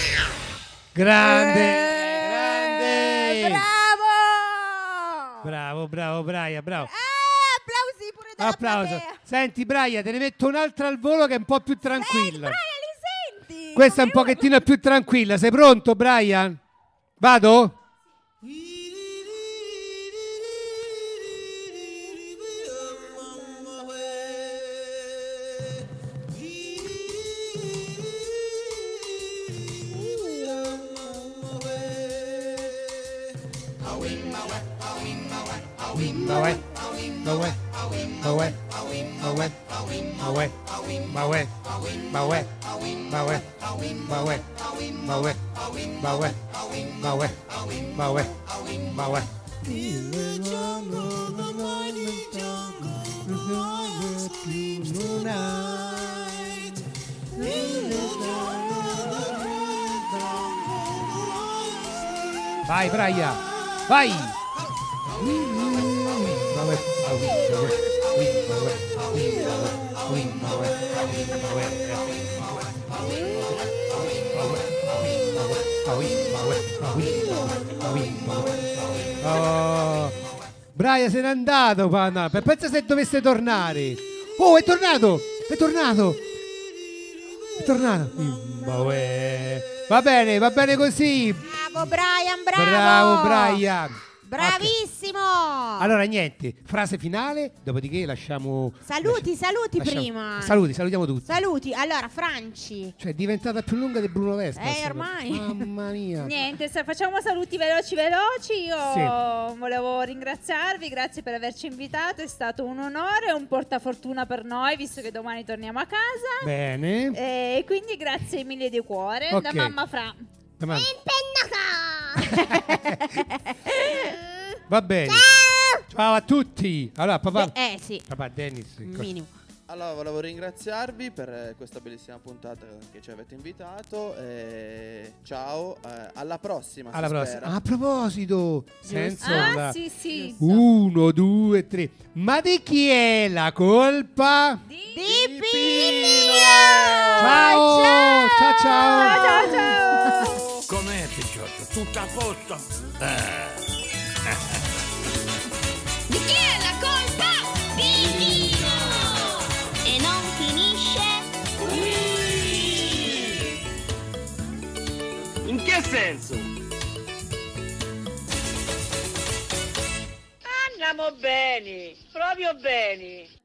Speaker 2: Grande!
Speaker 3: Eh,
Speaker 2: Grande!
Speaker 3: bravo!
Speaker 2: Bravo, bravo, Braia, bravo.
Speaker 3: Eh, Applausi pure da
Speaker 2: Applauso.
Speaker 3: platea.
Speaker 2: Senti, Braia, te ne metto un'altra al volo che è un po' più tranquilla.
Speaker 3: Braia, li senti?
Speaker 2: Questa è un pochettino più tranquilla. Sei pronto, Brian? Vado? Ma uè, ma uè, ma uè, ma uè, ma uè, ma uè, ma uè, ma uè, ma uè, ma uè, ma uè, ma uè, ma uè, ma uè. Vai, Braia, vai! Vabbè, vabbè, vabbè, qui, vabbè, qui, vabbè, qui, vabbè, vabbè, Oh, Brian se n'è andato, panna. Per- Pensa se dovesse tornare. Oh, è tornato! È tornato! È tornato! Vabbè. Va bene, va bene così.
Speaker 3: Bravo Brian, bravo!
Speaker 2: Bravo, Brian.
Speaker 3: Bravissimo! Ah.
Speaker 2: Allora niente, frase finale, dopodiché lasciamo
Speaker 3: saluti, saluti
Speaker 2: lasciamo-
Speaker 3: prima.
Speaker 2: Saluti, salutiamo tutti.
Speaker 3: Saluti. Allora, Franci.
Speaker 2: Cioè, è diventata più lunga di Bruno Vespa.
Speaker 3: Eh,
Speaker 2: sta
Speaker 3: ormai.
Speaker 2: cosa. Mamma mia.
Speaker 7: Niente, se facciamo saluti veloci veloci. Io
Speaker 2: Sì.
Speaker 7: volevo ringraziarvi, grazie per averci invitato, è stato un onore, e un portafortuna per noi, visto che domani torniamo a casa.
Speaker 2: Bene.
Speaker 4: Eh,
Speaker 7: E quindi grazie mille di cuore,
Speaker 2: Ok.
Speaker 7: da mamma Fra.
Speaker 4: Eh,
Speaker 2: Domani.
Speaker 4: Pennata!
Speaker 2: Va bene. Ciao a tutti. Allora, papà.
Speaker 1: Eh, sì.
Speaker 2: Papà Dennis. cosa-
Speaker 1: Allora, volevo ringraziarvi per eh, questa bellissima puntata che ci avete invitato. e ciao, eh, alla prossima. si
Speaker 2: Alla Ah, prossima.
Speaker 1: spera.
Speaker 2: A proposito, senza
Speaker 1: Ah,
Speaker 2: la-
Speaker 1: sì, sì.
Speaker 2: Uno, due, tre. Ma di chi è la colpa?
Speaker 4: Di
Speaker 2: Ciao, ciao, ciao.
Speaker 15: Com'è picciotto? Tutto a posto? Eh.
Speaker 4: Di chi è la colpa? Di Dio! E non finisce qui!
Speaker 16: In che senso?
Speaker 17: Andiamo bene, proprio bene.